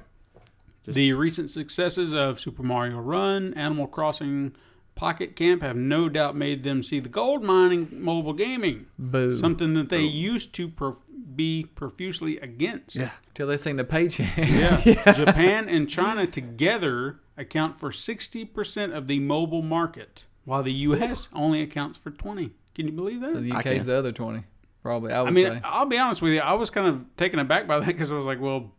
the recent successes of Super Mario Run, Animal Crossing, Pocket Camp have no doubt made them see the gold mining mobile gaming, Boo! something that they used to prof- be profusely against. *laughs* Yeah. Till they sing the paycheck. *laughs* Japan and China together account for 60% of the mobile market, while the US only accounts for 20. Can you believe that? the I UK's can't. the other twenty, probably. I would I mean, say. I'll be honest with you. I was kind of taken aback by that *laughs* because I was like, well,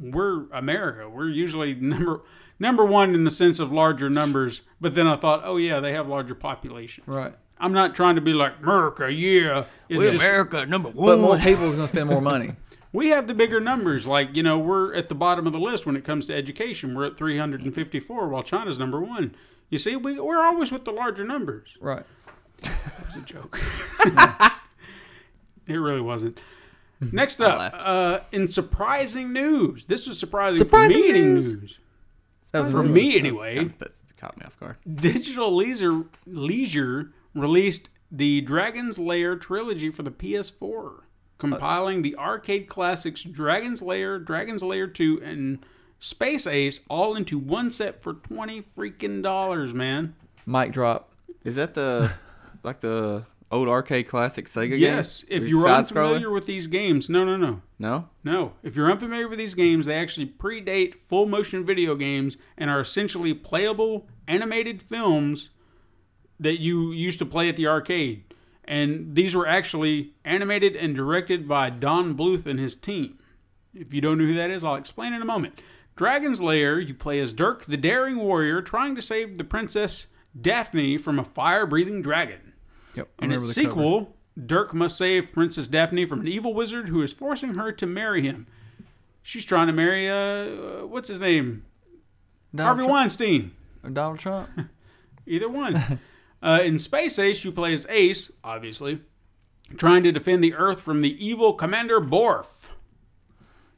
we're America. We're usually number number one in the sense of larger numbers. But then I thought, oh yeah, they have larger populations. Right. I'm not trying to be like America. Yeah, it's just- America number But more people is going to spend more *laughs* money. we have the bigger numbers. Like you know, we're at the bottom of the list when it comes to education. We're at 354, while China's number one. You see, we, we're always with the larger numbers. Right. It's a joke. *laughs* it really wasn't. Hmm. Next up, laughed. uh, in surprising news, this was surprising, Surprising for me eating news. news. That was For really- me, anyway, *laughs* That's, that's caught me off guard. Digital Leisure, Leisure released the Dragon's Lair trilogy for the PS4, compiling the arcade classics Dragon's Lair, Dragon's Lair 2, and Space Ace all into one set for 20 freaking dollars, man. Mic drop. Is *laughs* that the like the old arcade classic Sega game? Yes, if With you're side unfamiliar with these games, no, no, no. No. No. If you're unfamiliar with these games, they actually predate full motion video games and are essentially playable animated films that you used to play at the arcade. And these were actually animated and directed by Don Bluth and his team. If you don't know who that is, I'll explain in a moment. Dragon's Lair, you play as Dirk, the daring warrior, trying to save the princess Daphne from a fire breathing dragon. Yep. I In remember its the cover. sequel, Dirk must save Princess Daphne from an evil wizard who is forcing her to marry him. She's trying to marry uh, what's his name, Donald Harvey Trump- Weinstein. or Donald *laughs* Trump. Either *laughs* one. uh, in Space Ace, you play as Ace, obviously, trying to defend the Earth from the evil Commander Borf.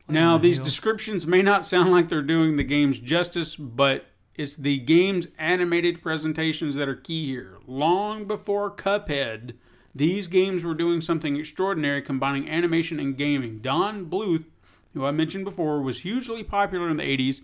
Now, these descriptions may not sound like they're doing the games justice, but it's the game's animated presentations that are key here. Long before Cuphead, these games were doing something extraordinary combining animation and gaming. Don Bluth, who I mentioned before, was hugely popular in the 80s.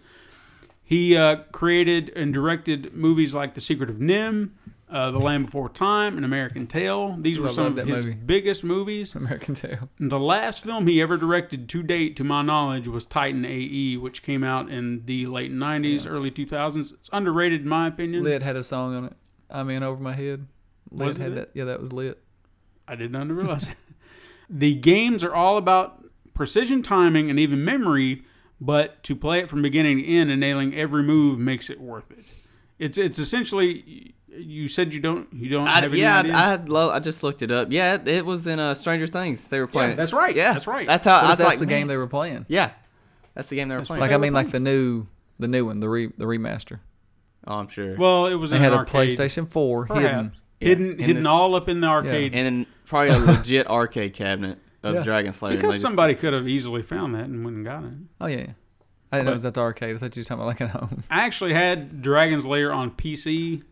He uh, created and directed movies like The Secret of Nim, uh, The Land Before Time, An American Tale. These were I some love of that his movie. biggest movies. American Tail. And The last film he ever directed to date, to my knowledge, was Titan A.E., which came out in the late 90s, early 2000s. It's underrated, in my opinion. Lit had a song on it. I'm in over my head. Lit Was had it? that. Yeah, that was lit. I did not realize it. *laughs* The games are all about precision timing and even memory, but to play it from beginning to end and nailing every move makes it worth it. It's it's essentially you said you don't you don't I, have any yeah, idea. I, I had lo- I just looked it up. Yeah, it, it was in uh, Stranger Things. They were playing. it. that's right, Yeah, that's right. That's how What I if was that's like the game man. they were playing? Yeah, that's the game they were playing. Like I mean, like the new, the new one, the re, the remaster. oh, I'm sure. well, it was They in had an a arcade, PlayStation 4 perhaps. hidden. hidden, in hidden this- all up in the arcade and then *laughs* probably a legit arcade cabinet of Yeah. Dragon Slayer. and they because just- somebody could have easily found that and went and got it. Oh yeah, I didn't know it was at the arcade. I thought you were talking about like at home. I actually had Dragon's Lair on PC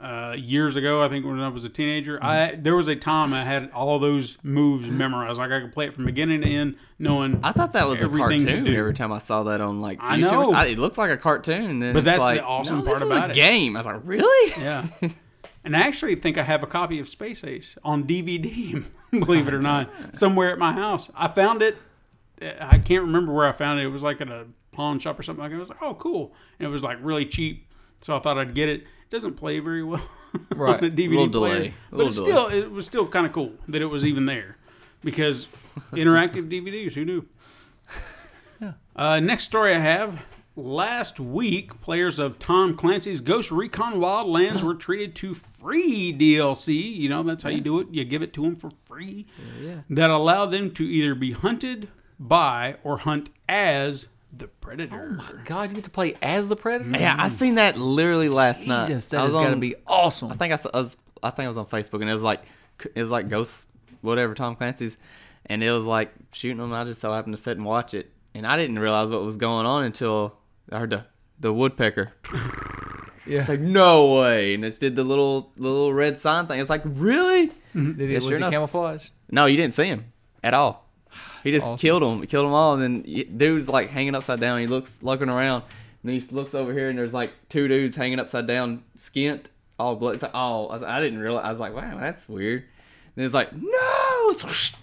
uh, years ago. I think when I was a teenager, I Mm-hmm. there was a time I had all those moves memorized. Like I could play it from beginning to end, knowing. I thought that was Everything a to cartoon. do. Every time I saw that on like I YouTube, know. I- it looks like a cartoon. And then But it's that's the like, awesome no, part this about is it. a game. I was like, *laughs* *laughs* really? yeah. And I actually think I have a copy of Space Ace on DVD, *laughs* believe it or not, Oh, somewhere at my house. I found it. uh, I can't remember where I found it. It was like at a pawn shop or something like that. I was like, oh, cool. And it was like really cheap. So I thought I'd get it. It doesn't play very well *laughs* Right. on the DVD Little player. delay. But Little it's delay. still, it was still kind of cool that it was even there *laughs* because interactive DVDs, who knew? Uh, next story I have. Last week, players of Tom Clancy's Ghost Recon Wildlands were treated to free DLC. You know, that's how you do it. You give it to them for free. That allow them to either be hunted by or hunt as the Oh Predator. God, you get to play as the predator. Yeah, I seen that literally last night. Mm-hmm. Jesus, I that was has got to on- be awesome. I think I, saw, I was. I think I was on Facebook, and it was like, it was like Ghost, whatever Tom Clancy's, and it was like shooting them. I just so happened to sit and watch it, and I didn't realize what was going on until I heard the the woodpecker. It's yeah. like no way, and it did the little the little red sign thing. It's like really? Did it, Yeah, was sure it enough. camouflage? No, you didn't see him at all. He just awesome. killed him, killed them all, and then y- dude's like hanging upside down. He looks looking around, and then he looks over here, and there's like two dudes hanging upside down, skint, all blood. It's like, oh, I, was- I didn't realize. I was like, wow, that's weird. And then it's like, no, it's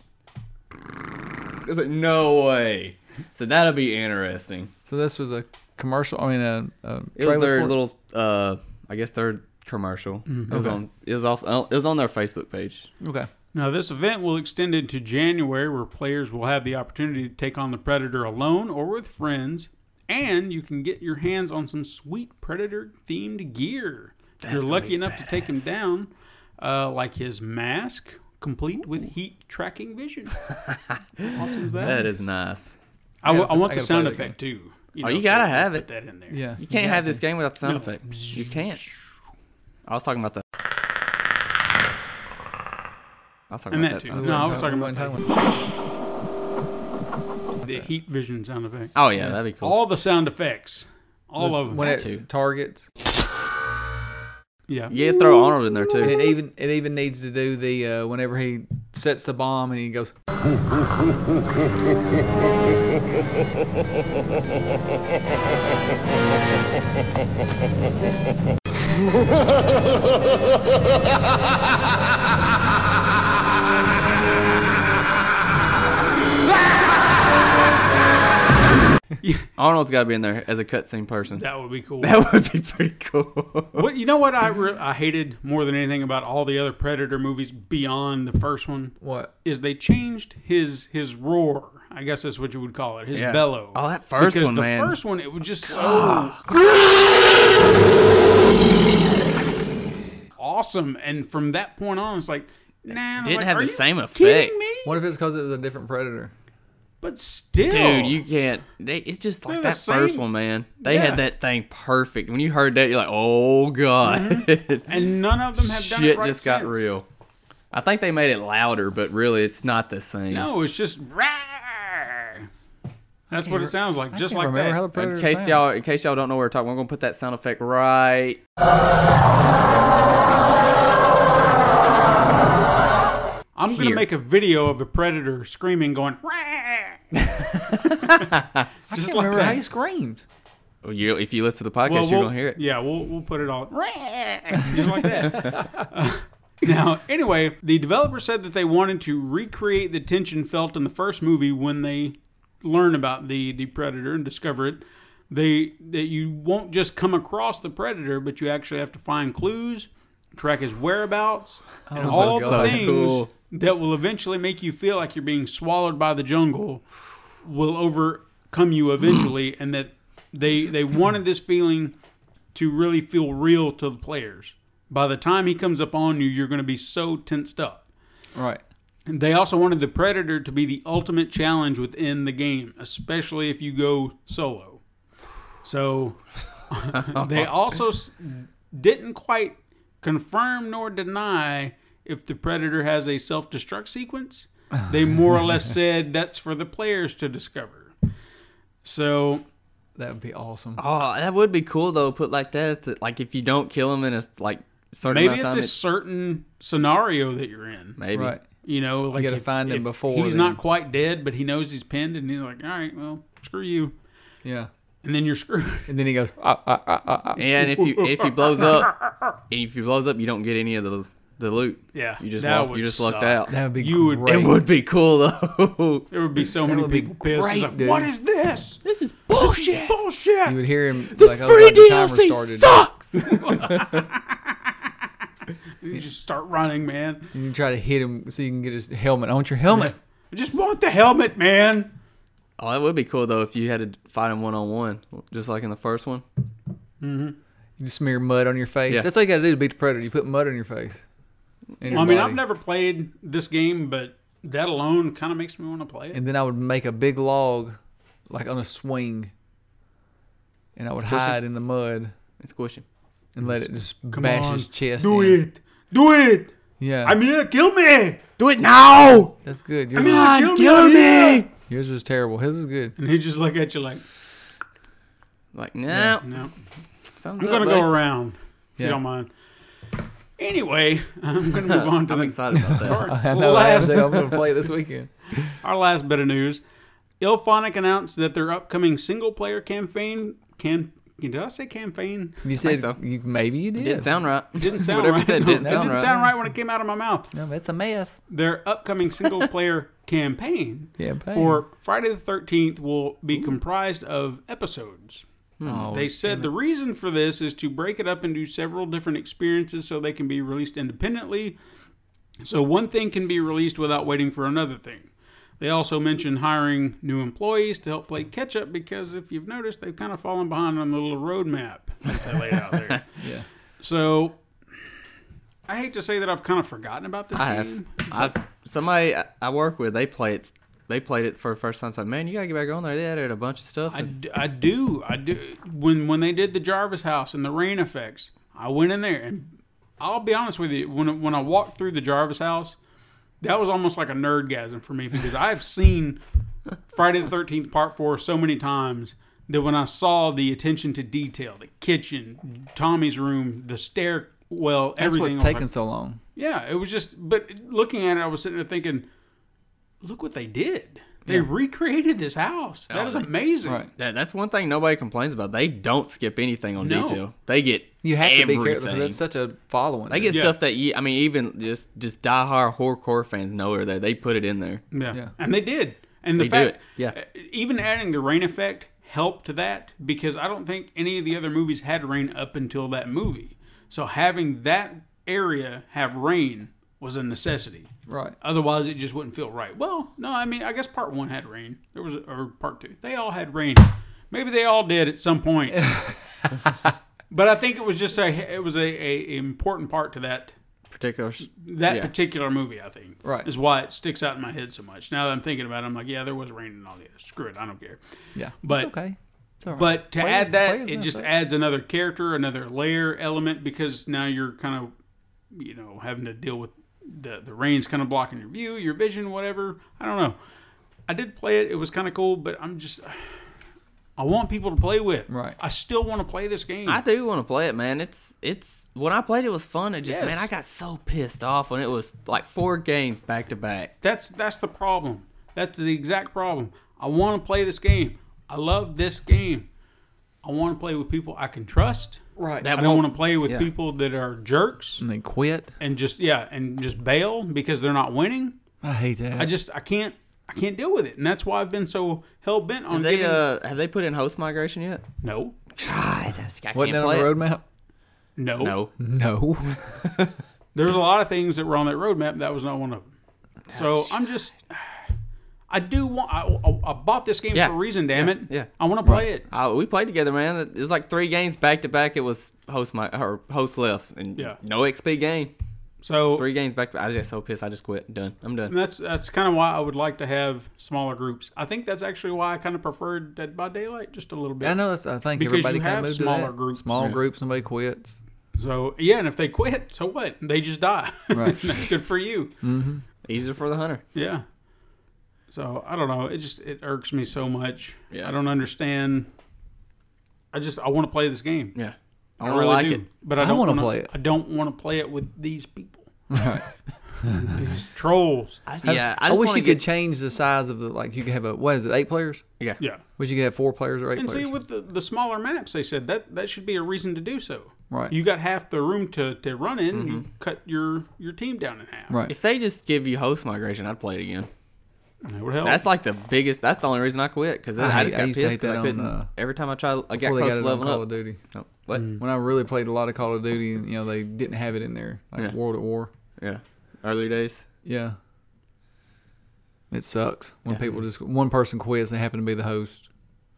like no way. So that'll be interesting. So this was a commercial. I mean, a, a It was trailer their for it? little, uh, I guess their commercial. It Mm-hmm. was on. It was off. uh, It was on their Facebook page. Okay. Now, this event will extend into January, where players will have the opportunity to take on the Predator alone or with friends, and you can get your hands on some sweet Predator themed gear. If you're lucky enough to take him down, uh, like his mask, complete with heat tracking *laughs* vision. How awesome is that? That is nice. I, w- I gotta I want put- the I gotta sound play that effect too. Oh, know, you if gotta they have put it. that in there. Yeah. You can't got have to. this game without sound No. effects. You can't. I was talking about the. I was talking And that about that. too. sound No, I effect. was talking about Talking that. the heat vision sound effect. Oh yeah, that'd be cool. All the sound effects, all of them. when it to. targets. yeah. Yeah, throw Arnold in there too. It even it even needs to do the uh, whenever he sets the bomb and he goes. Arnold's got to be in there as a cutscene person. That would be cool. *laughs* That would be pretty cool. What you know what I re- I hated more than anything about all the other Predator movies beyond the first one What? is they changed his his roar. I guess that's what you would call it, his Yeah. bellow. Oh, that first because one, the man. first one, it was just so awesome, and from that point on, it's like nah. I'm Didn't like, have are the you same effect. Kidding me? What if it's because it was a different predator? But still, Dude, you can't. They, it's just like They're the that first same- one, man. They Yeah. had that thing perfect. When you heard that, you're like, "Oh god, *laughs* and none of them have done shit it right just got since. real." I think they made it louder, but really, it's not the same. No, it's just rawr. That's what it sounds like, just can't like remember that. how the predator In case sounds. y'all, in case y'all don't know what we're talking, we're gonna put that sound effect right. I'm gonna here. make a video of a predator screaming, going. "Rawr." I Just can't like remember how he that. screams. You, if you listen to the podcast, Well, you're we'll- gonna hear it. Yeah, we'll we'll put it all "Rawr," just like that. *laughs* Uh, now, anyway, the developer said that they wanted to recreate the tension felt in the first movie when they learn about the the predator and discover it. They that you won't just come across the predator, but you actually have to find clues, track his whereabouts, and all that's the so things cool. that will eventually make you feel like you're being swallowed by the jungle will overcome you eventually and that they they wanted this feeling to really feel real to the players. By the time he comes up on you, you're going to be so tensed up. Right. And They also wanted the predator to be the ultimate challenge within the game, especially if you go solo. So *laughs* they also s- didn't quite confirm nor deny if the predator has a self-destruct sequence. They more or less said that's for the players to discover. So That would be awesome. Oh, that would be cool though. Put like that. it's Like if you don't kill him in a like certain Maybe it's amount of a time, certain scenario that you're in. maybe. Right. You know, like gotta if- find him if before he's then. not quite dead, but he knows he's pinned, and he's like, "All right, well, screw you," Yeah. and then you're *laughs* screwed. And then he goes, ah, ah, ah, ah, ah. And if you if he blows up, *laughs* and if he blows up, you don't get any of the the loot. Yeah, You just that lost. would You just suck. lucked out. That would be You would- great. It would be cool though. *laughs* There would be so many would be people pissed. It's great, like, dude. what is this? this is bullshit. Bullshit. You would hear him like, oh, God, the timer started. sucks. you just start running, man. And you try to hit him so you can get his helmet. I want your helmet. I just want the helmet, man. oh, that would be cool though if you had to fight him one on one, just like in the first one. You smear mud on your face. Yeah. That's all you got to do to beat the predator. You put mud on your face. And your I mean, I've body. never played this game, but that alone kind of makes me want to play it. And then I would make a big log, like on a swing, and I would Squish him. hide in the mud It's question. and let it just bash his chest. do in. it, do it. Yeah, I'm here. Kill me. Do it now. that's good. I'm here. Yours, kill, me. I'm here. yours was terrible. His is good. And he just look at you like, Like no. no. something's I'm up, gonna go buddy. around. If Yeah. you don't mind. Anyway, *laughs* I'm *laughs* gonna move on to I'm the excited about that. our *laughs* I know. I have last to- I'm gonna play this weekend. Our last bit of news: Ilphonic announced that their upcoming single-player campaign can. Did I say campaign? You said so. you, maybe you did. Didn't sound right. *laughs* Didn't sound Whatever you right. said didn't No, *laughs* it sound didn't right. sound right when it came out of my mouth. no, that's a mess. Their upcoming *laughs* single-player campaign Campaign. for Friday the Thirteenth will be comprised of episodes. Oh, They said the reason for this is to break it up into several different experiences so they can be released independently. So one thing can be released without waiting for another thing. They also mentioned hiring new employees to help play catch up because if you've noticed, they've kind of fallen behind on the little roadmap that they laid out there. Yeah. So I hate to say that I've kind of forgotten about this I have, game. I've somebody I- I work with. They play it. They played it for the first time. So man, you gotta get back on there. They added a bunch of stuff. I, since- d- I do. I do. When when they did the Jarvis house and the rain effects, I went in there and I'll be honest with you. When when I walked through the Jarvis house, that was almost like a nerdgasm for me because I've seen Friday the Thirteenth Part Four so many times that when I saw the attention to detail, the kitchen, Tommy's room, the stairwell, That's everything. what's I was taking like- so long. yeah, it was just. But looking at it, I was sitting there thinking, look what they did. They recreated this house. That is amazing. Oh, Right. That, that's one thing nobody complains about. They don't skip anything on No. detail. They get You have everything. to be careful. 'cause That's such a following. they get Yeah. stuff that you. I mean, even just just diehard horrorcore fans know are there. They put it in there. Yeah. Yeah. And they did. And the They do fact, uh, it. Yeah. even adding the rain effect helped that because I don't think any of the other movies had rain up until that movie. So having that area have rain was a necessity. right. Otherwise, it just wouldn't feel right. Well, no, I mean, I guess part one had rain. There was, or part two, they all had rain. Maybe they all did at some *laughs* point. but I think it was just a, it was a, a important part to that Particular. s- that Yeah. particular movie, I think, Right. is why it sticks out in my head so much. Now that I'm thinking about it, I'm like, yeah, there was rain and all the other. Screw it, I don't care. Yeah. But- it's okay. It's all right. But to Players- add that, players it mess just up. adds another character, another layer element because now you're kind of, you know, having to deal with the the rain's kind of blocking your view, your vision, whatever. I don't know. I did play it; it was kind of cool, but I'm just, I want people to play with. Right. I still want to play this game. I do want to play it, man. It's it's when I played it was fun. It just Yes. man, I got so pissed off when it was like four games back to back. That's that's the problem. That's the exact problem. I want to play this game. I love this game. I want to play with people I can trust. right. that I don't won't- want to play with yeah. people that are jerks and they quit. and just yeah, and just bail because they're not winning. I hate that. I just I can't I can't deal with it, and that's why I've been so hell bent on Have they getting uh have they put in host migration yet? no, God, that's, I Wasn't can't that on play the it. roadmap? no, No, No. There's a lot of things that were on that roadmap that was not one of them. So I'm just I do want I, I, I bought this game Yeah. for a reason. Damn it, yeah. I want to play it. Uh, we played together, man. It was like three games back to back. It was host my or host left and Yeah. no XP game. So Three games back to back. I was just so pissed. I just quit. Done. I'm *laughs* done. And that's that's kind of why I would like to have smaller groups. I think that's actually why I kind of preferred Dead by Daylight just a little bit. I know. That's, I think Because everybody you kind have of moved to smaller that. groups. Small Yeah. groups. Somebody quits. So yeah, and if they quit, so what? They just die. *laughs* Right. Hmm. that's good for you. Easier for the hunter. Yeah. So I don't know. It just it irks me so much. Yeah. I don't understand I just I want to play this game. Yeah. I, I don't really like do. it. But I I don't wanna want to play it. I don't want to play it with these *laughs* people. *laughs* these trolls. yeah. I, I, just wish you wanna could get- change the size of the like. You could have a what is it? Eight players? Yeah. Yeah. Wish you could have four players or eight And see players. with the, the smaller maps, they said that that should be a reason to do so. Right. Mm-hmm. You got half the room to, to run in. You cut your your team down in half. right. If they just give you host migration, I'd play it again. That would help. That's like the biggest. That's the only reason I quit because I I, hate- just I got used to pissed hate because that I on, couldn't. uh, every time I tried, I got Before they got close to it on Call of leveling up. Duty. No, what? Mm. When I really played a lot of Call of Duty, and you know they didn't have it in there, like Yeah. World at War. Yeah, early days. Yeah. It sucks when people just one person quits. They happen to be the host.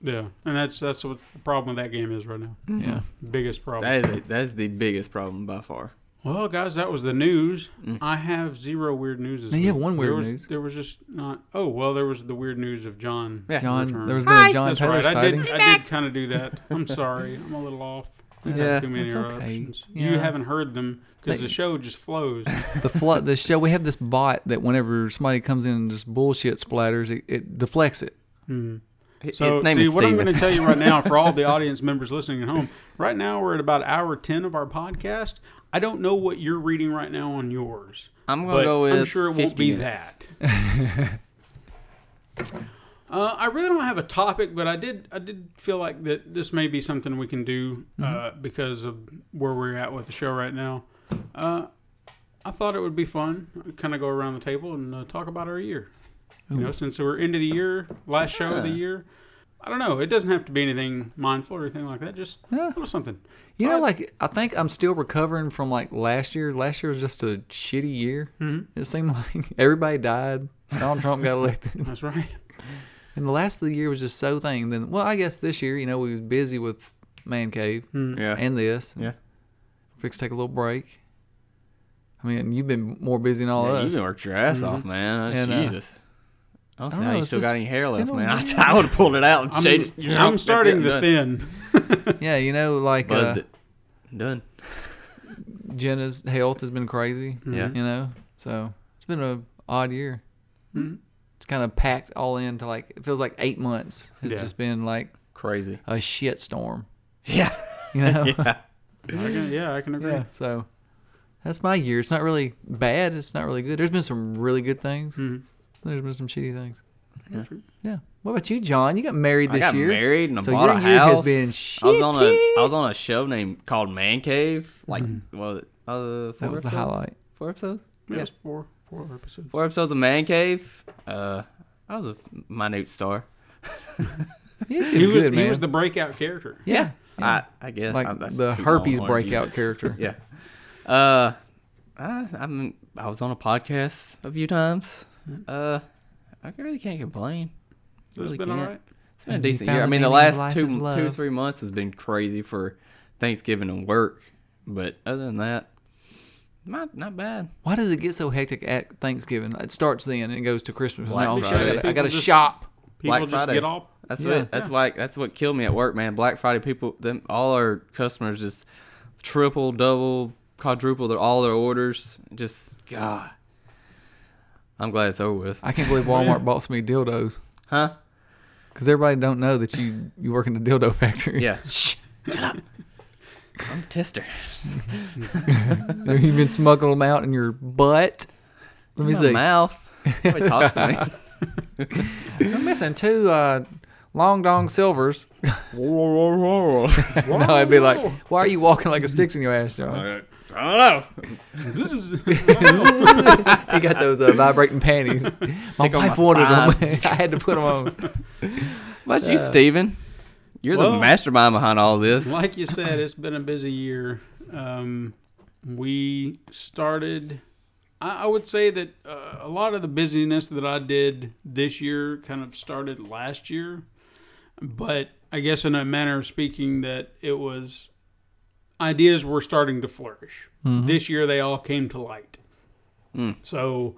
yeah. And that's that's what the problem with that game is right now. Yeah. Biggest problem. That is a, that is the biggest problem by far. Well, guys, that was the news. Mm. I have zero weird news. This Now, you week. have one weird there was, news. There was just not. Oh well, there was the weird news of John. Yeah. John, return. there was been a John That's Taylor right. I sighting. did. I did kind of do that. *laughs* I'm sorry. I'm a little off. I got Yeah, too many it's okay. eruptions. Yeah. You haven't heard them because They- the show just *laughs* flows. the fl- the show we have this bot that whenever somebody comes in and just bullshit splatters, it, it deflects it. So, His name see, is what I'm Steven. going to tell you right now for all the audience members listening at home, right now we're at about hour 10 of our podcast. I don't know what you're reading right now on yours. I'm gonna but go with I'm sure it won't 50 be minutes. that. uh, I really don't have a topic, but I did I did feel like that this may be something we can do uh, because of where we're at with the show right now. Uh, I thought it would be fun, kind of go around the table and uh, talk about our year. You know, since we're into the year, last show of the year. I don't know. It doesn't have to be anything mindful or anything like that. Just a little something. You know, like I think I'm still recovering from like last year. Last year was just a shitty year. Mm-hmm. It seemed *laughs* like everybody died. Donald Trump got *laughs* elected, That's right. and the last of the year was just so thing. Then, well, I guess this year, you know, we was busy with Man Cave *laughs* Yeah. and this. Yeah. fix take a little break. I mean, you've been more busy than all Yeah, of you us. worked your ass off, man. Oh, And, uh, Jesus. I don't see don't how know, you it's still just- got any hair left, don't man. *laughs* I, know. I would have pulled it out and I'm, shaved it. I'm starting the done. thin. *laughs* Yeah, you know, like Buzzed uh, it. Done. Jenna's health has been crazy. Yeah. you know. So it's been a odd year. Mm-hmm. It's kind of packed all into like it feels like eight months. It's Yeah. just been like Crazy. a shit storm, Yeah. you know. *laughs* yeah. I can, yeah, I can agree. Yeah, So that's my year. It's not really bad. It's not really good. There's been some really good things. There's been some shitty things. Mm-hmm. Yeah. What about you, John? You got married I this got year. married and I so bought your a year house. has been I was on shitty. Mm-hmm. a I was on a show named called Man Cave. Like what was it? Uh, four That was the episodes? *laughs* highlight. Four episodes. Yeah, it's four four episodes. Four episodes of Man Cave. Uh, I was a minute star. Yeah, you did He was good, he man. was the breakout character. yeah. I I guess Like I, that's the too herpes long-winded. breakout *laughs* character. Yeah. Uh, I I'm I was on a podcast a few times. Mm-hmm. Uh, I really can't complain. So it's Really been all can't. right. It's been a And you decent found year. I the mean, the meaning of last life two is two love. three months has been crazy for Thanksgiving and work, but other than that, not not bad. Why does it get so hectic at Thanksgiving? It starts then and it goes to Christmas. Black Like, oh, shit, Friday. I gotta, I gotta People just- shop. People Black just Friday. get all That's Yeah. it. That's like that's what killed me at work, man. Black Friday people, them all our customers just triple, double, quadruple their all their orders. Just God, I'm glad it's over with. I can't believe Walmart bought so many dildos huh? because everybody don't know that you you work in the dildo factory. Yeah. Shh. Shut up. I'm the tester. *laughs* You've been smuggling them out in your butt. Let me My see. mouth. Nobody talks to *laughs* me. *laughs* I'm missing two uh, long dong silvers. *laughs* I no, I'd be like, why are you walking like a sticks in your ass, John? *laughs* don't know. this is He got those uh, vibrating *laughs* panties. My Check on wife my wanted them. *laughs* spine. I had to put them on. What about you, Steven? You're the well- mastermind behind all this. like you said, it's been a busy year. Um, we started. I, I would say that uh, a lot of the busyness that I did this year kind of started last year, but I guess in a manner of speaking, that it was ideas were starting to flourish. Mm-hmm. This year, they all came to light. So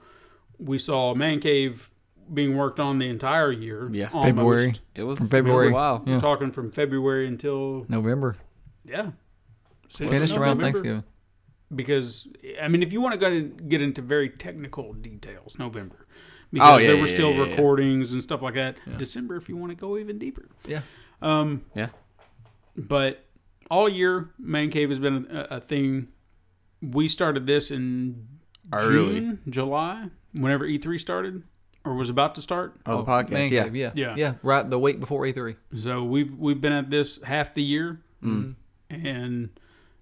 we saw Man Cave being worked on the entire year. Yeah. almost. February. It was From February. Wow. Yeah. Talking from February until November. yeah. Since Finished around November, Thanksgiving. Because, I mean, if you want to go and get into very technical details, November. Because Oh, yeah, there were yeah, still yeah, yeah. recordings and stuff like that. December, if you want to go even deeper. Yeah. Um, Yeah. But all year, man cave has been a, a thing. We started this in Early. June, July, whenever E3 started or was about to start. Oh, the podcast. Man yeah. cave, yeah. Yeah. Right the week before E E3. So we've we've been at this half the year, and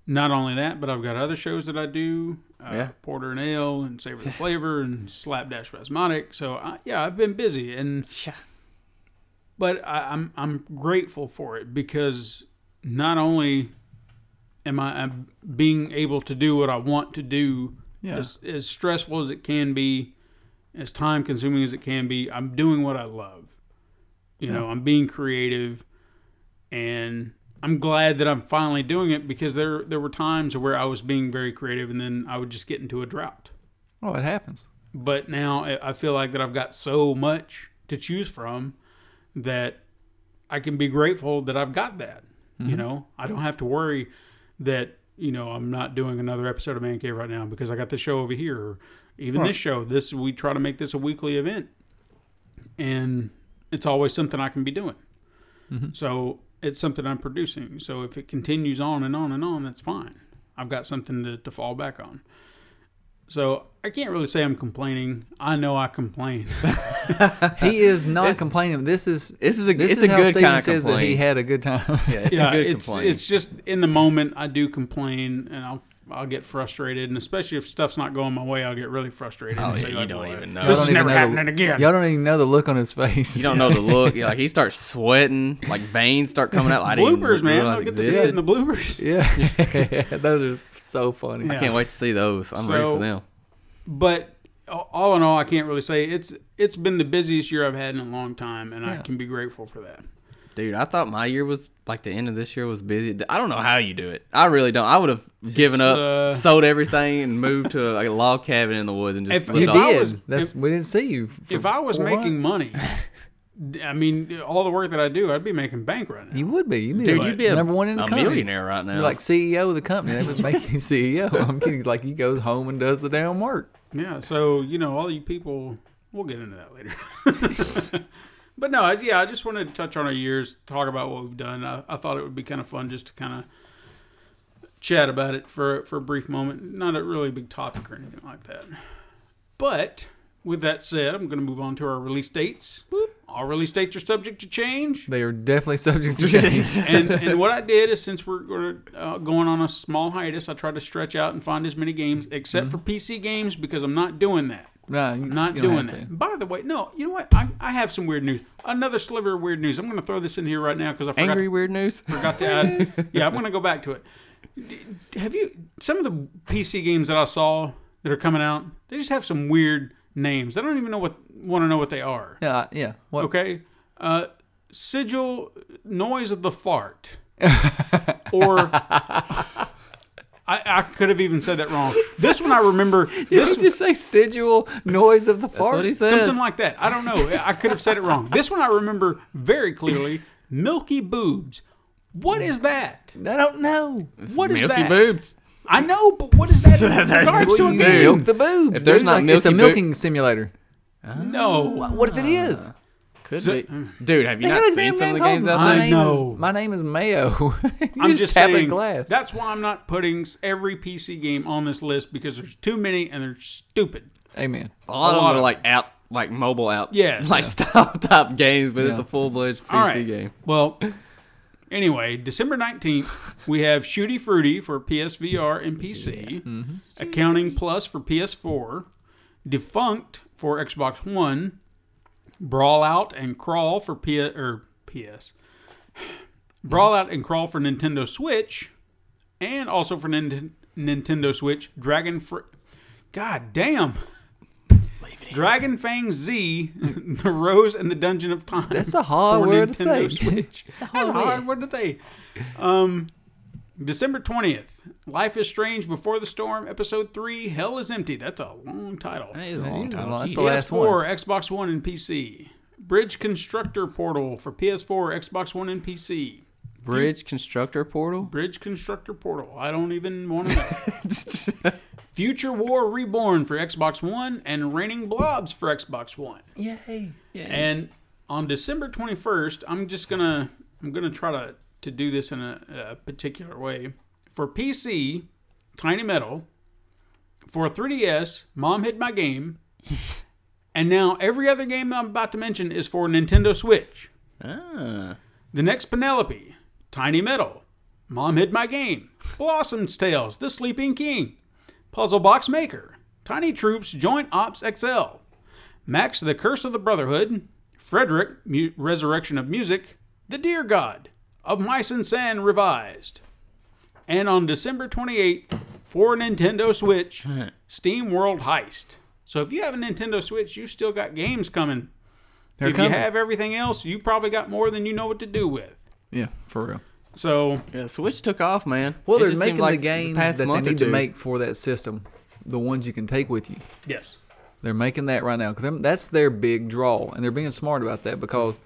not only that, but I've got other shows that I do, uh, Yeah. Porter and Ale and Savor the Flavor and Slapdash Rasmonic. So I, yeah, I've been busy, and but I, I'm I'm grateful for it because not only am I I'm being able to do what I want to do, Yeah. as, as stressful as it can be, as time consuming as it can be, I'm doing what I love. You know, I'm being creative and I'm glad that I'm finally doing it because there there were times where I was being very creative and then I would just get into a drought. Oh, it happens. But now I- I feel like that I've got so much to choose from that I can be grateful that I've got that. You know, I don't have to worry that you know I'm not doing another episode of Man Cave right now because I got the show over here, or even this show. This we try to make this a weekly event, and it's always something I can be doing. So it's something I'm producing. So if it continues on and on and on, that's fine. I've got something to, to fall back on. So I can't really say I'm complaining. I know I *laughs* complain. He is not complaining. This is This is a- this it's is a how good Steven kinda says that he complaint. had a good time. *laughs* Yeah, it's yeah, a good it's complaint. it's just in the moment I do complain and I'll I'll get frustrated and especially if stuff's not going my way I'll get really frustrated. and Oh, yeah, say, you like, don't "Well, even know." This Y'all is don't never even know the- happening again. Y'all don't even know the look on his face. you don't know the look. You're like he starts sweating, like veins start coming out. Like, I didn't bloopers, man! realize I'll get to see existed. it in the bloopers. *laughs* Yeah, *laughs* those are so funny. Yeah. Can't wait to see those. I'm ready So- for them. but all in all, I can't really say it's it's been the busiest year I've had in a long time, and I can be grateful for that. Dude, I thought my year was like the end of this year was busy. I don't know how you do it. I really don't. I would have given up, uh, sold everything, and moved to a, like, a log cabin in the woods and just If- lived if You off- I did. was- That's if- we didn't see you. for If I was four making months. *laughs* money, I mean, all the work that I do, I'd be making bank right now. you would be. You'd be dude, like you'd be a, number one in the a company. millionaire right now. You're like CEO of the company. They would make you *laughs* CEO. I'm kidding. Like he goes home and does the damn work. Yeah, so you know, all you people, we'll get into that later. *laughs* but no, I, yeah, I just wanted to touch on our years, talk about what we've done. I, I thought it would be kind of fun just to kind of chat about it for for a brief moment. Not a really big topic or anything like that. But with that said, I'm going to move on to our release dates. All release dates are subject to *laughs* change. They are definitely *laughs* subject to change. and, and what I did is, since we're going, uh, going on a small hiatus, I tried to stretch out and find as many games, except for PC games, because I'm not doing that no, you, not you don't doing have that. to. By the way, no, you know what? I, I have some weird news. Another sliver of weird news. I'm going to throw this in here right now because I forgot, Angry weird news. forgot to add. *laughs* yeah, I'm going to go back to it. D- Have you some of the PC games that I saw that are coming out? They just have some weird names. I don't even know what want to know what they are. Yeah, I- yeah. What? Okay, uh, sigil noise of the *laughs* fart, or. I, I could have even said that wrong. This one I remember. This Did *laughs* you say sigil noise of the fart? what he said. something like that. I don't know. I could have said it wrong. This one I remember very clearly. Milky boobs. What is that? I don't know. What is Milky that? boobs. I know, but what is that? in That's regards to a Dude. You game? milk the boobs. If there's dude. not Like, it's a milky boob- milking simulator. No. What if it is? Could be. Dude, have Ah. you not They had seen a some of the damn games name out called there? I My Name know. Is, my name is Mayo. *laughs* You I'm just tap a saying. glass. That's why I'm not putting s- every PC game on this list because there's too many and they're stupid. Amen. A lot of lot them are of- like app, like mobile app, Yes. *laughs* like style type games, but it's Yeah. a full fledged PC All right. game. Well, anyway, December 19th, we have Shooty Fruity for PSVR and PC, Accounting Plus for PS4, Defunct for Xbox One, Brawl Out and Crawl for P- or PS, Brawl Out and Crawl for Nintendo Switch, and also for Nin- Nintendo Switch, Dragon Fr- God damn. Dragon Fang Z, *laughs* The Rose and the Dungeon of Time. That's a hard for word to Nintendo say. *laughs* Switch. That's a word. hard word to say. Um, December 20th, Life is Strange Before the Storm, Episode 3, Hell is Empty. That's a long title. Well, that's the last one. PS4, Xbox One, and PC. Bridge Constructor Portal for PS4, Xbox One, and PC. Bridge Constructor Portal. Bridge Constructor Portal. I don't even want to know. Future War Reborn for Xbox One and Raining Blobs for Xbox One. Yay. And on December 21st, I'm just gonna I'm gonna try to to do this in a, a particular way. For PC, Tiny Metal. For 3DS, Mom Hid My Game. and now every other game I'm about to mention is for Nintendo Switch. Ah. The next Penelope, Tiny Metal, Mom Hid My Game, Blossom's Tales, The Sleeping King, Puzzle Box Maker, Tiny Troops, Joint Ops XL, Max, The Curse of the Brotherhood, Frederick, Mu- Resurrection of Music, The Dear God, Of Mice and Sand Revised. And on December 28th, for Nintendo Switch, Steam World Heist. So if you have a Nintendo Switch, you still got games coming. They're if coming. you have everything else, you probably got more than you know what to do with. yeah, for real. So Yeah, Switch took off, man. Well, It they're just seemed making like the games past that they month or need to two- make for that system, the ones you can take with you. yes, They're making that right now because that's their big draw, and they're being smart about that because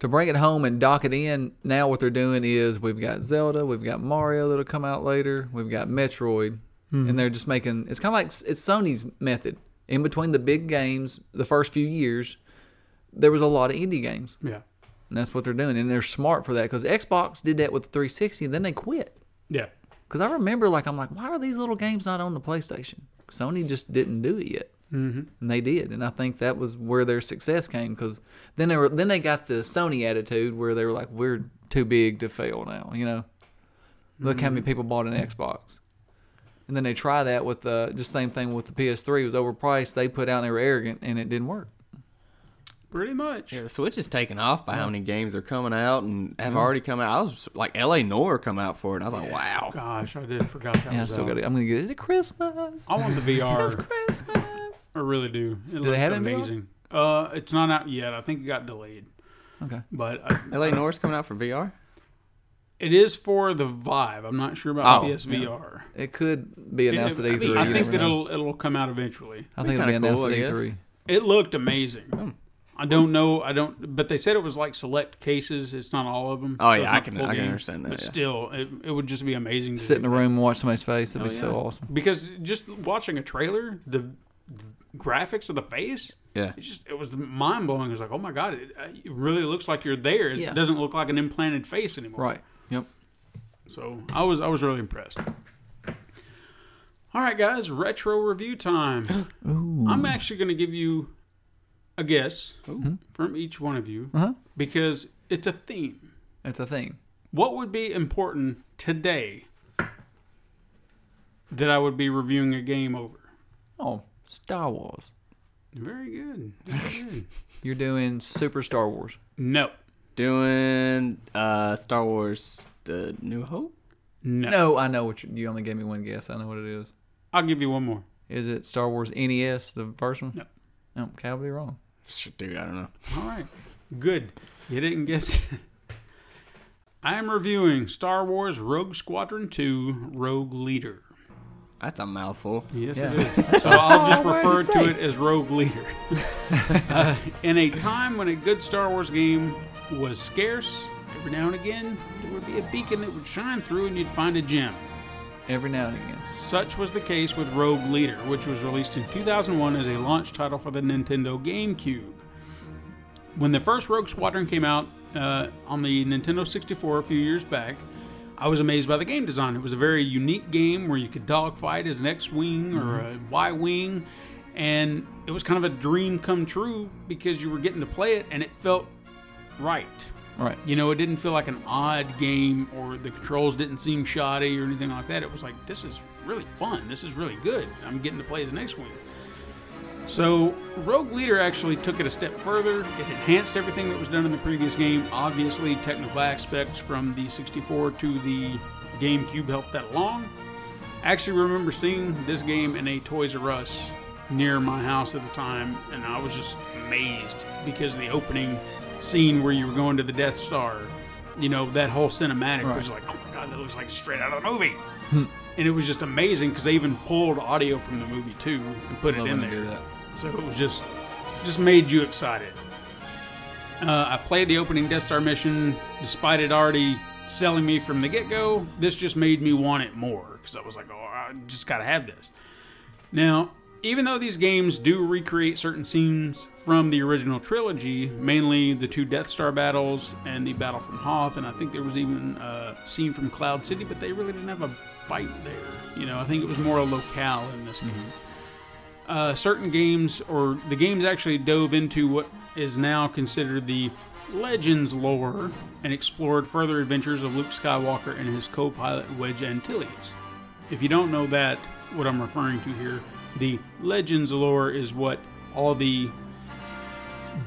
to bring it home and dock it in. Now what they're doing is we've got Zelda, we've got Mario that'll come out later, we've got Metroid, and they're just making it's kind of like s- it's Sony's method. In between the big games, the first few years, there was a lot of indie games, yeah, and that's what they're doing, and they're smart for that because Xbox did that with the 360, and then they quit. yeah, Because I remember, like, I'm like, why are these little games not on the PlayStation? Sony just didn't do it yet, mm-hmm. and they did, and I think that was where their success came. Because then they were, then they got the Sony attitude where they were like, we're too big to fail now. You know, look how many people bought an Xbox, and then they try that with the just same thing with the PS3 it was overpriced. They put out and they were arrogant, and it didn't work. pretty much. Yeah, the Switch is taking off by how many games are coming out and have already come out. I was like, L.A. Noir come out for it, and I was like, wow. Gosh, I did forgot that. Yeah, I was still out. got it. I'm gonna get it at Christmas. I want the It's VR. Christmas. I really do. It they looked have it in VR? amazing. Uh, it's not out yet. I think it got delayed, Okay. but I, L.A. Noir's coming out for VR. it is for the Vive. I'm not sure about Oh, PSVR. It could be It- announced I at E3. think, you I think never know. that it'll it'll come out eventually. I That'd think be it'll be kinda announced cool, I at E guess. E3. It looked amazing. I don't know. I don't. But they said it was like select cases. It's not all of them. Oh, yeah, it's I not can- full I can game. understand that, But yeah. still, it, it would just be amazing. To Sit in a room and watch somebody's face. That'd be yeah. so awesome. because just watching a trailer, the, the graphics of the face, Yeah. it just it was mind blowing. It was like, oh my god, it, uh, it really looks like you're there. It Yeah. doesn't look like an implanted face anymore. Right. Yep. So I was I was really impressed. All right, guys, retro review *gasps* time. I'm actually going to give you a guess from each one of you Mm-hmm. Uh-huh. because it's a theme. That's a thing. What would be important today that I would be reviewing a game over? Oh, Star Wars. Very good. Very good. *laughs* You're doing Super Star Wars. no. Doing uh, Star Wars: The New Hope. no. No, I know what you, you only gave me one guess. I know what it is. I'll give you one more. Is it Star Wars NES, the first one? No. No, okay, I'll be wrong. Dude, I don't know. All right. Good. You didn't guess. *laughs* I am reviewing Star Wars Rogue Squadron 2 Rogue Leader. That's a mouthful. Yes, Yeah. it is. So I'll just Oh, what refer to to say. it as Rogue Leader. *laughs* Uh, in a time when a good Star Wars game was scarce, every now and again there would be a beacon that would shine through and you'd find a gem. *laughs* Every now and again. Such was the case with Rogue Leader, which was released in 2001 as a launch title for the Nintendo GameCube. When the first Rogue Squadron came out uh, on the Nintendo 64 a few years back, I was amazed by the game design. It was a very unique game where you could dogfight as an X Wing or a Y Wing, and it was kind of a dream come true because you were getting to play it and it felt right. Right. You know, it didn't feel like an odd game or the controls didn't seem shoddy or anything like that. It was like, this is really fun. This is really good. I'm getting to play the next one. So, Rogue Leader actually took it a step further. It enhanced everything that was done in the previous game. Obviously, technical aspects from the 64 to the GameCube helped that along. I actually remember seeing this game in a Toys R Us near my house at the time, and I was just amazed because the opening scene where you were going to the Death Star, you know, that whole cinematic was like, oh my god, that looks like straight out of the movie. Hmm. And it was just amazing because they even pulled audio from the movie too and put Love it in when they there. do that. So it was just just made you excited. Uh, I played the opening Death Star mission, despite it already selling me from the get go. This just made me want it more because I was like, oh, I just gotta have this. Now, even though these games do recreate certain scenes from the original trilogy, mainly the two Death Star battles and the battle from Hoth, and I think there was even a scene from Cloud City, but they really didn't have a fight there. You know, I think it was more a locale in this game. Uh, certain games, or the games actually dove into what is now considered the Legends lore and explored further adventures of Luke Skywalker and his co pilot Wedge Antilles. If you don't know that, what I'm referring to here, the Legends lore is what all the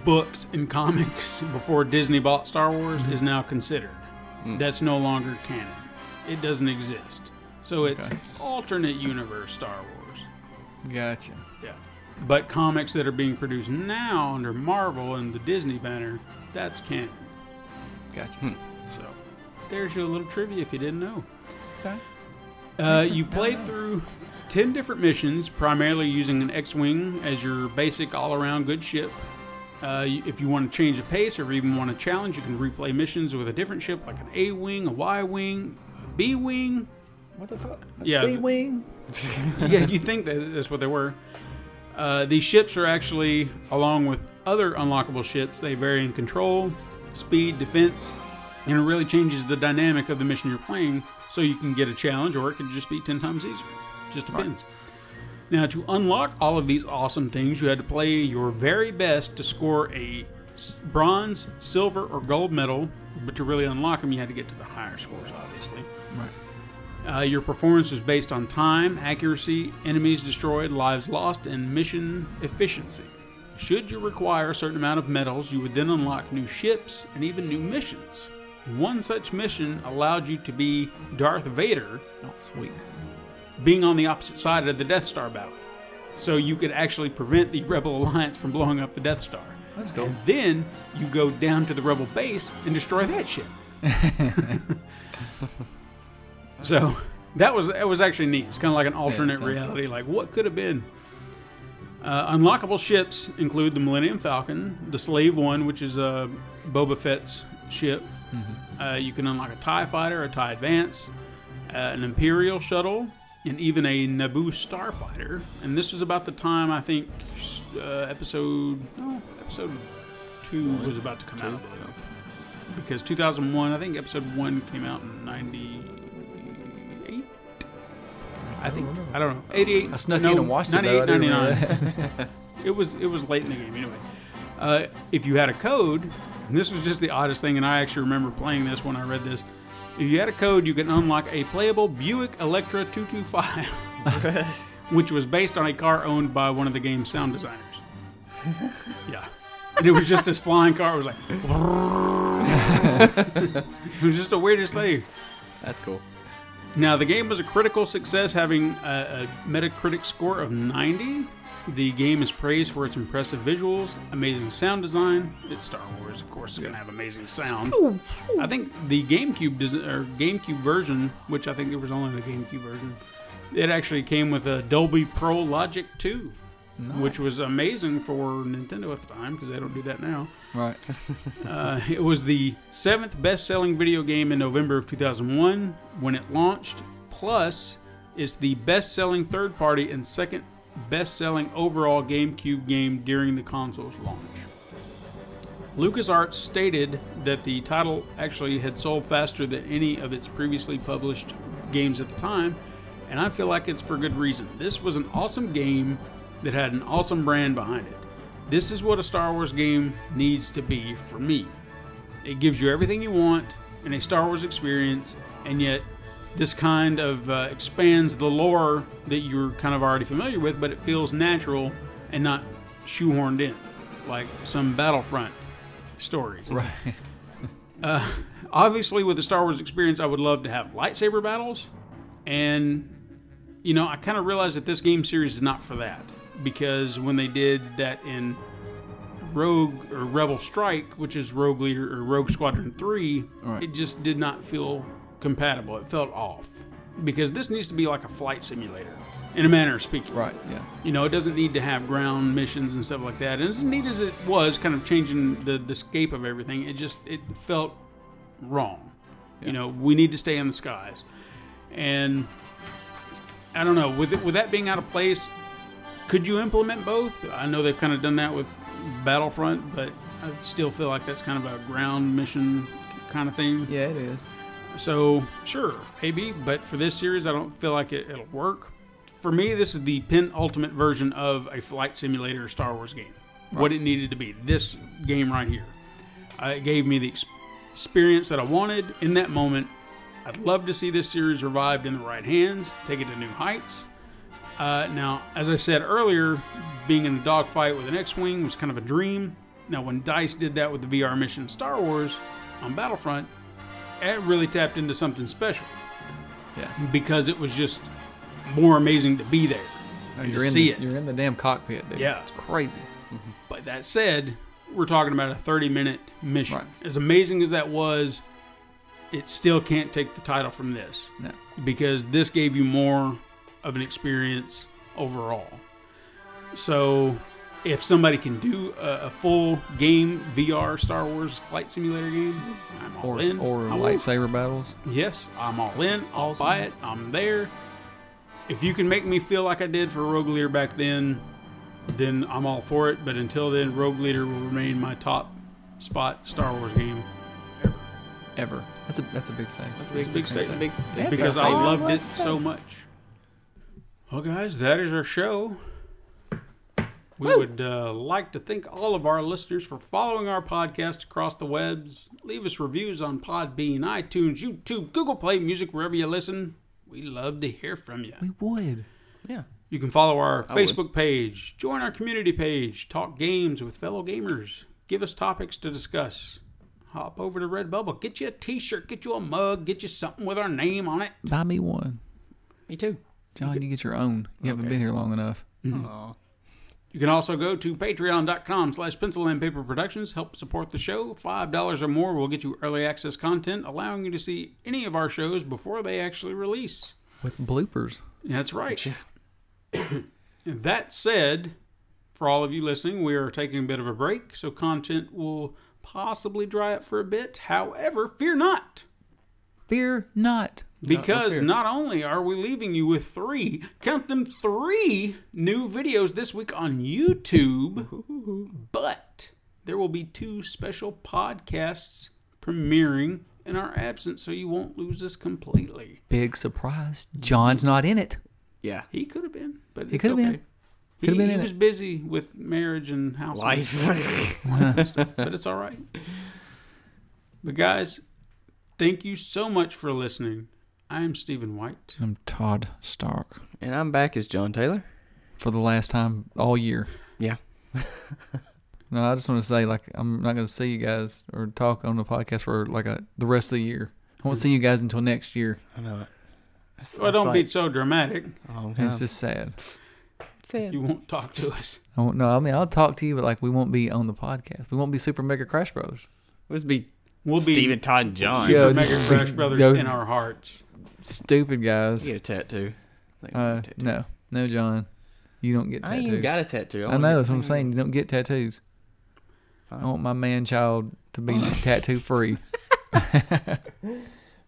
books and *laughs* comics before Disney bought Star Wars is now considered. That's no longer canon. It doesn't exist. So it's Okay. alternate universe Star Wars. Gotcha. Yeah. But comics that are being produced now under Marvel and the Disney banner, that's canon. Gotcha. Hmm. So there's your little trivia if you didn't know. Okay. Uh, you play through 10 different missions, primarily using an X Wing as your basic all around good ship. Uh, y- if you want to change the pace or even want to challenge, you can replay missions with a different ship, like an A Wing, a Y Wing, a B Wing. What the fuck? Yeah. Sea wing. *laughs* yeah, you think that that's what they were. Uh, these ships are actually, along with other unlockable ships, they vary in control, speed, defense, and it really changes the dynamic of the mission you're playing. So you can get a challenge, or it could just be ten times easier. Just depends. Now, to unlock all of these awesome things, you had to play your very best to score a s- bronze, silver, or gold medal. But to really unlock them, you had to get to the higher scores, obviously. Uh, your performance was based on time, accuracy, enemies destroyed, lives lost, and mission efficiency. Should you require a certain amount of medals, you would then unlock new ships and even new missions. One such mission allowed you to be Darth Vader, Oh, sweet. being on the opposite side of the Death Star battle. So you could actually prevent the Rebel Alliance from blowing up the Death Star. That's cool. And then you go down to the Rebel base and destroy that ship. so that was that was actually neat. It's kind of like an alternate sounds cool. reality, like what could have been. Uh, unlockable ships include the Millennium Falcon, the Slave One, which is uh, Boba Fett's ship. Uh, you can unlock a Tie Fighter, a Tie Advance, uh, an Imperial shuttle, and even a Naboo starfighter. And this was about the time I think s- uh, episode no, episode two was about to come out, I believe. because 2001. I think episode one came out in 98. I think I don't know 88. I snuck no, in and watched it, though. 98, I didn't 99. *laughs* it was it was late in the game anyway. Uh, if you had a code, and this was just the oddest thing, and I actually remember playing this when I read this. If you had a code, you can unlock a playable Buick Electra *laughs* 225, which was based on a car owned by one of the game's sound designers. Yeah. And it was just this flying car. It was like, *laughs* it was just the weirdest thing. That's cool. Now, the game was a critical success, having a, a Metacritic score of 90. The game is praised for its impressive visuals, amazing sound design. It's Star Wars, of course, it's going to have amazing sound. I think the GameCube des- or GameCube version, which I think there was only the GameCube version, it actually came with a Dolby Pro Logic 2, which was amazing for Nintendo at the time because they don't do that now. *laughs* Right. Uh, it was the seventh best selling video game in November of 2001 when it launched. Plus, it's the best selling third party and second best selling overall GameCube game during the console's launch. LucasArts stated that the title actually had sold faster than any of its previously published games at the time, and I feel like it's for good reason. This was an awesome game that had an awesome brand behind it. This is what a Star Wars game needs to be for me. It gives you everything you want in a Star Wars experience, and yet this kind of uh, expands the lore that you're kind of already familiar with, but it feels natural and not shoehorned in like some Battlefront stories. Right. *laughs* uh, obviously, with the Star Wars experience, I would love to have lightsaber battles, and you know, I kind of realized that this game series is not for that because when they did that in Rogue or Rebel Strike, which is Rogue Leader or Rogue Squadron 3, Right. it just did not feel compatible. It felt off because this needs to be like a flight simulator in a manner of speaking. Right. Yeah. You know, it doesn't need to have ground missions and stuff like that. And as neat as it was, kind of changing the the scape of everything, it just it felt wrong. You know, we need to stay in the skies, and I don't know. With with that being out of place, Could you implement both? I know they've kind of done that with Battlefront, but I still feel like that's kind of a ground mission kind of thing. Yeah, it is. So sure, maybe, but for this series, I don't feel like it, it'll work. For me, this is the penultimate version of a flight simulator Star Wars game. What it needed to be. This game right here, uh, it gave me the ex- experience that I wanted in that moment. I'd love to see this series revived in the right hands, take it to new heights. Uh, now, as I said earlier, being in a dogfight with an X-wing was kind of a dream. Now, when Dice did that with the VR mission Star Wars on Battlefront, it really tapped into something special. Yeah. Because it was just more amazing to be there. and You're to in, see the, it. you're in the damn cockpit, dude. Yeah. It's crazy. But that said, we're talking about a 30 minute mission. Right. As amazing as that was, it still can't take the title from this No. because this gave you more of an experience overall. So, if somebody can do a, a full game VR Star Wars flight simulator game, I'm all Or, in. or I will. lightsaber battles. Yes, I'm all in. I'll buy it. I'm there. If you can make me feel like I did for Rogue Leader back then, then I'm all for it. But until then, Rogue Leader will remain my top spot Star Wars game ever. Ever. That's a that's a big say. It's a big That's a statement big That's because a I big- loved it so much. Well, guys, that is our show. We would uh, like to thank all of our listeners for following our podcast across the webs. Leave us reviews on Podbean, iTunes, YouTube, Google Play Music, wherever you listen. We love to hear from you. We would. Yeah. You can follow our would. Facebook page, join our community page, talk games with fellow gamers, give us topics to discuss. Hop over to Redbubble, get you a t shirt, get you a mug, get you something with our name on it. Buy me one. Me too. John, you get your own. You haven't been here long enough. Aw. You can also go to patreon.com slash pencil and paper productions. Help support the show. $5 or more will get you early access content, allowing you to see any of our shows before they actually release. With bloopers. That's right. *coughs* And that said, for all of you listening, we are taking a bit of a break, so content will possibly dry up for a bit. However, fear not. Fear not. Because fair. not only are we leaving you with three, count them three new videos this week on YouTube, but there will be two special podcasts premiering in our absence, so you won't lose us completely. Big surprise. John's not in it. Yeah. He could have been, but He it's could have okay. been. Could have he been he in was it. busy with marriage and house, Life. *laughs* *laughs* but it's all right. But guys, thank you so much for listening. I am Stephen White. I'm Todd Stark. and I'm back as John Taylor. For the last time all year. Yeah. *laughs* No, I just want to say, like, I'm not going to see you guys or talk on the podcast for like a, the rest of the year. I won't see you guys until next year. I know it. It's, Well, it's Oh, don't be like so dramatic. a long And It's time. just sad. You won't talk to us. I won't, no, I mean, I'll talk to you, but like, we won't be on the podcast. We won't be Super Mega Crash Brothers. Let's be We'll be Steven Todd and John. Super Yeah. Yo, just- Mega Crash Brothers those- in our hearts. Stupid guys. Get a tattoo. I think I'm uh, gonna get a tattoo. no, no, John. You don't get I ain't tattoos. even got a tattoo. I wanna know, get- that's what I'm ain't saying. You don't get tattoos. I want my man child to *laughs* be tattoo free.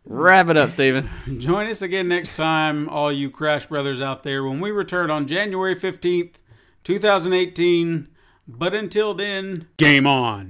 Wrap it up, Steven. Join us again next time, all you Crash Brothers out there, when we return on January 15th, 2018. But until then, game on.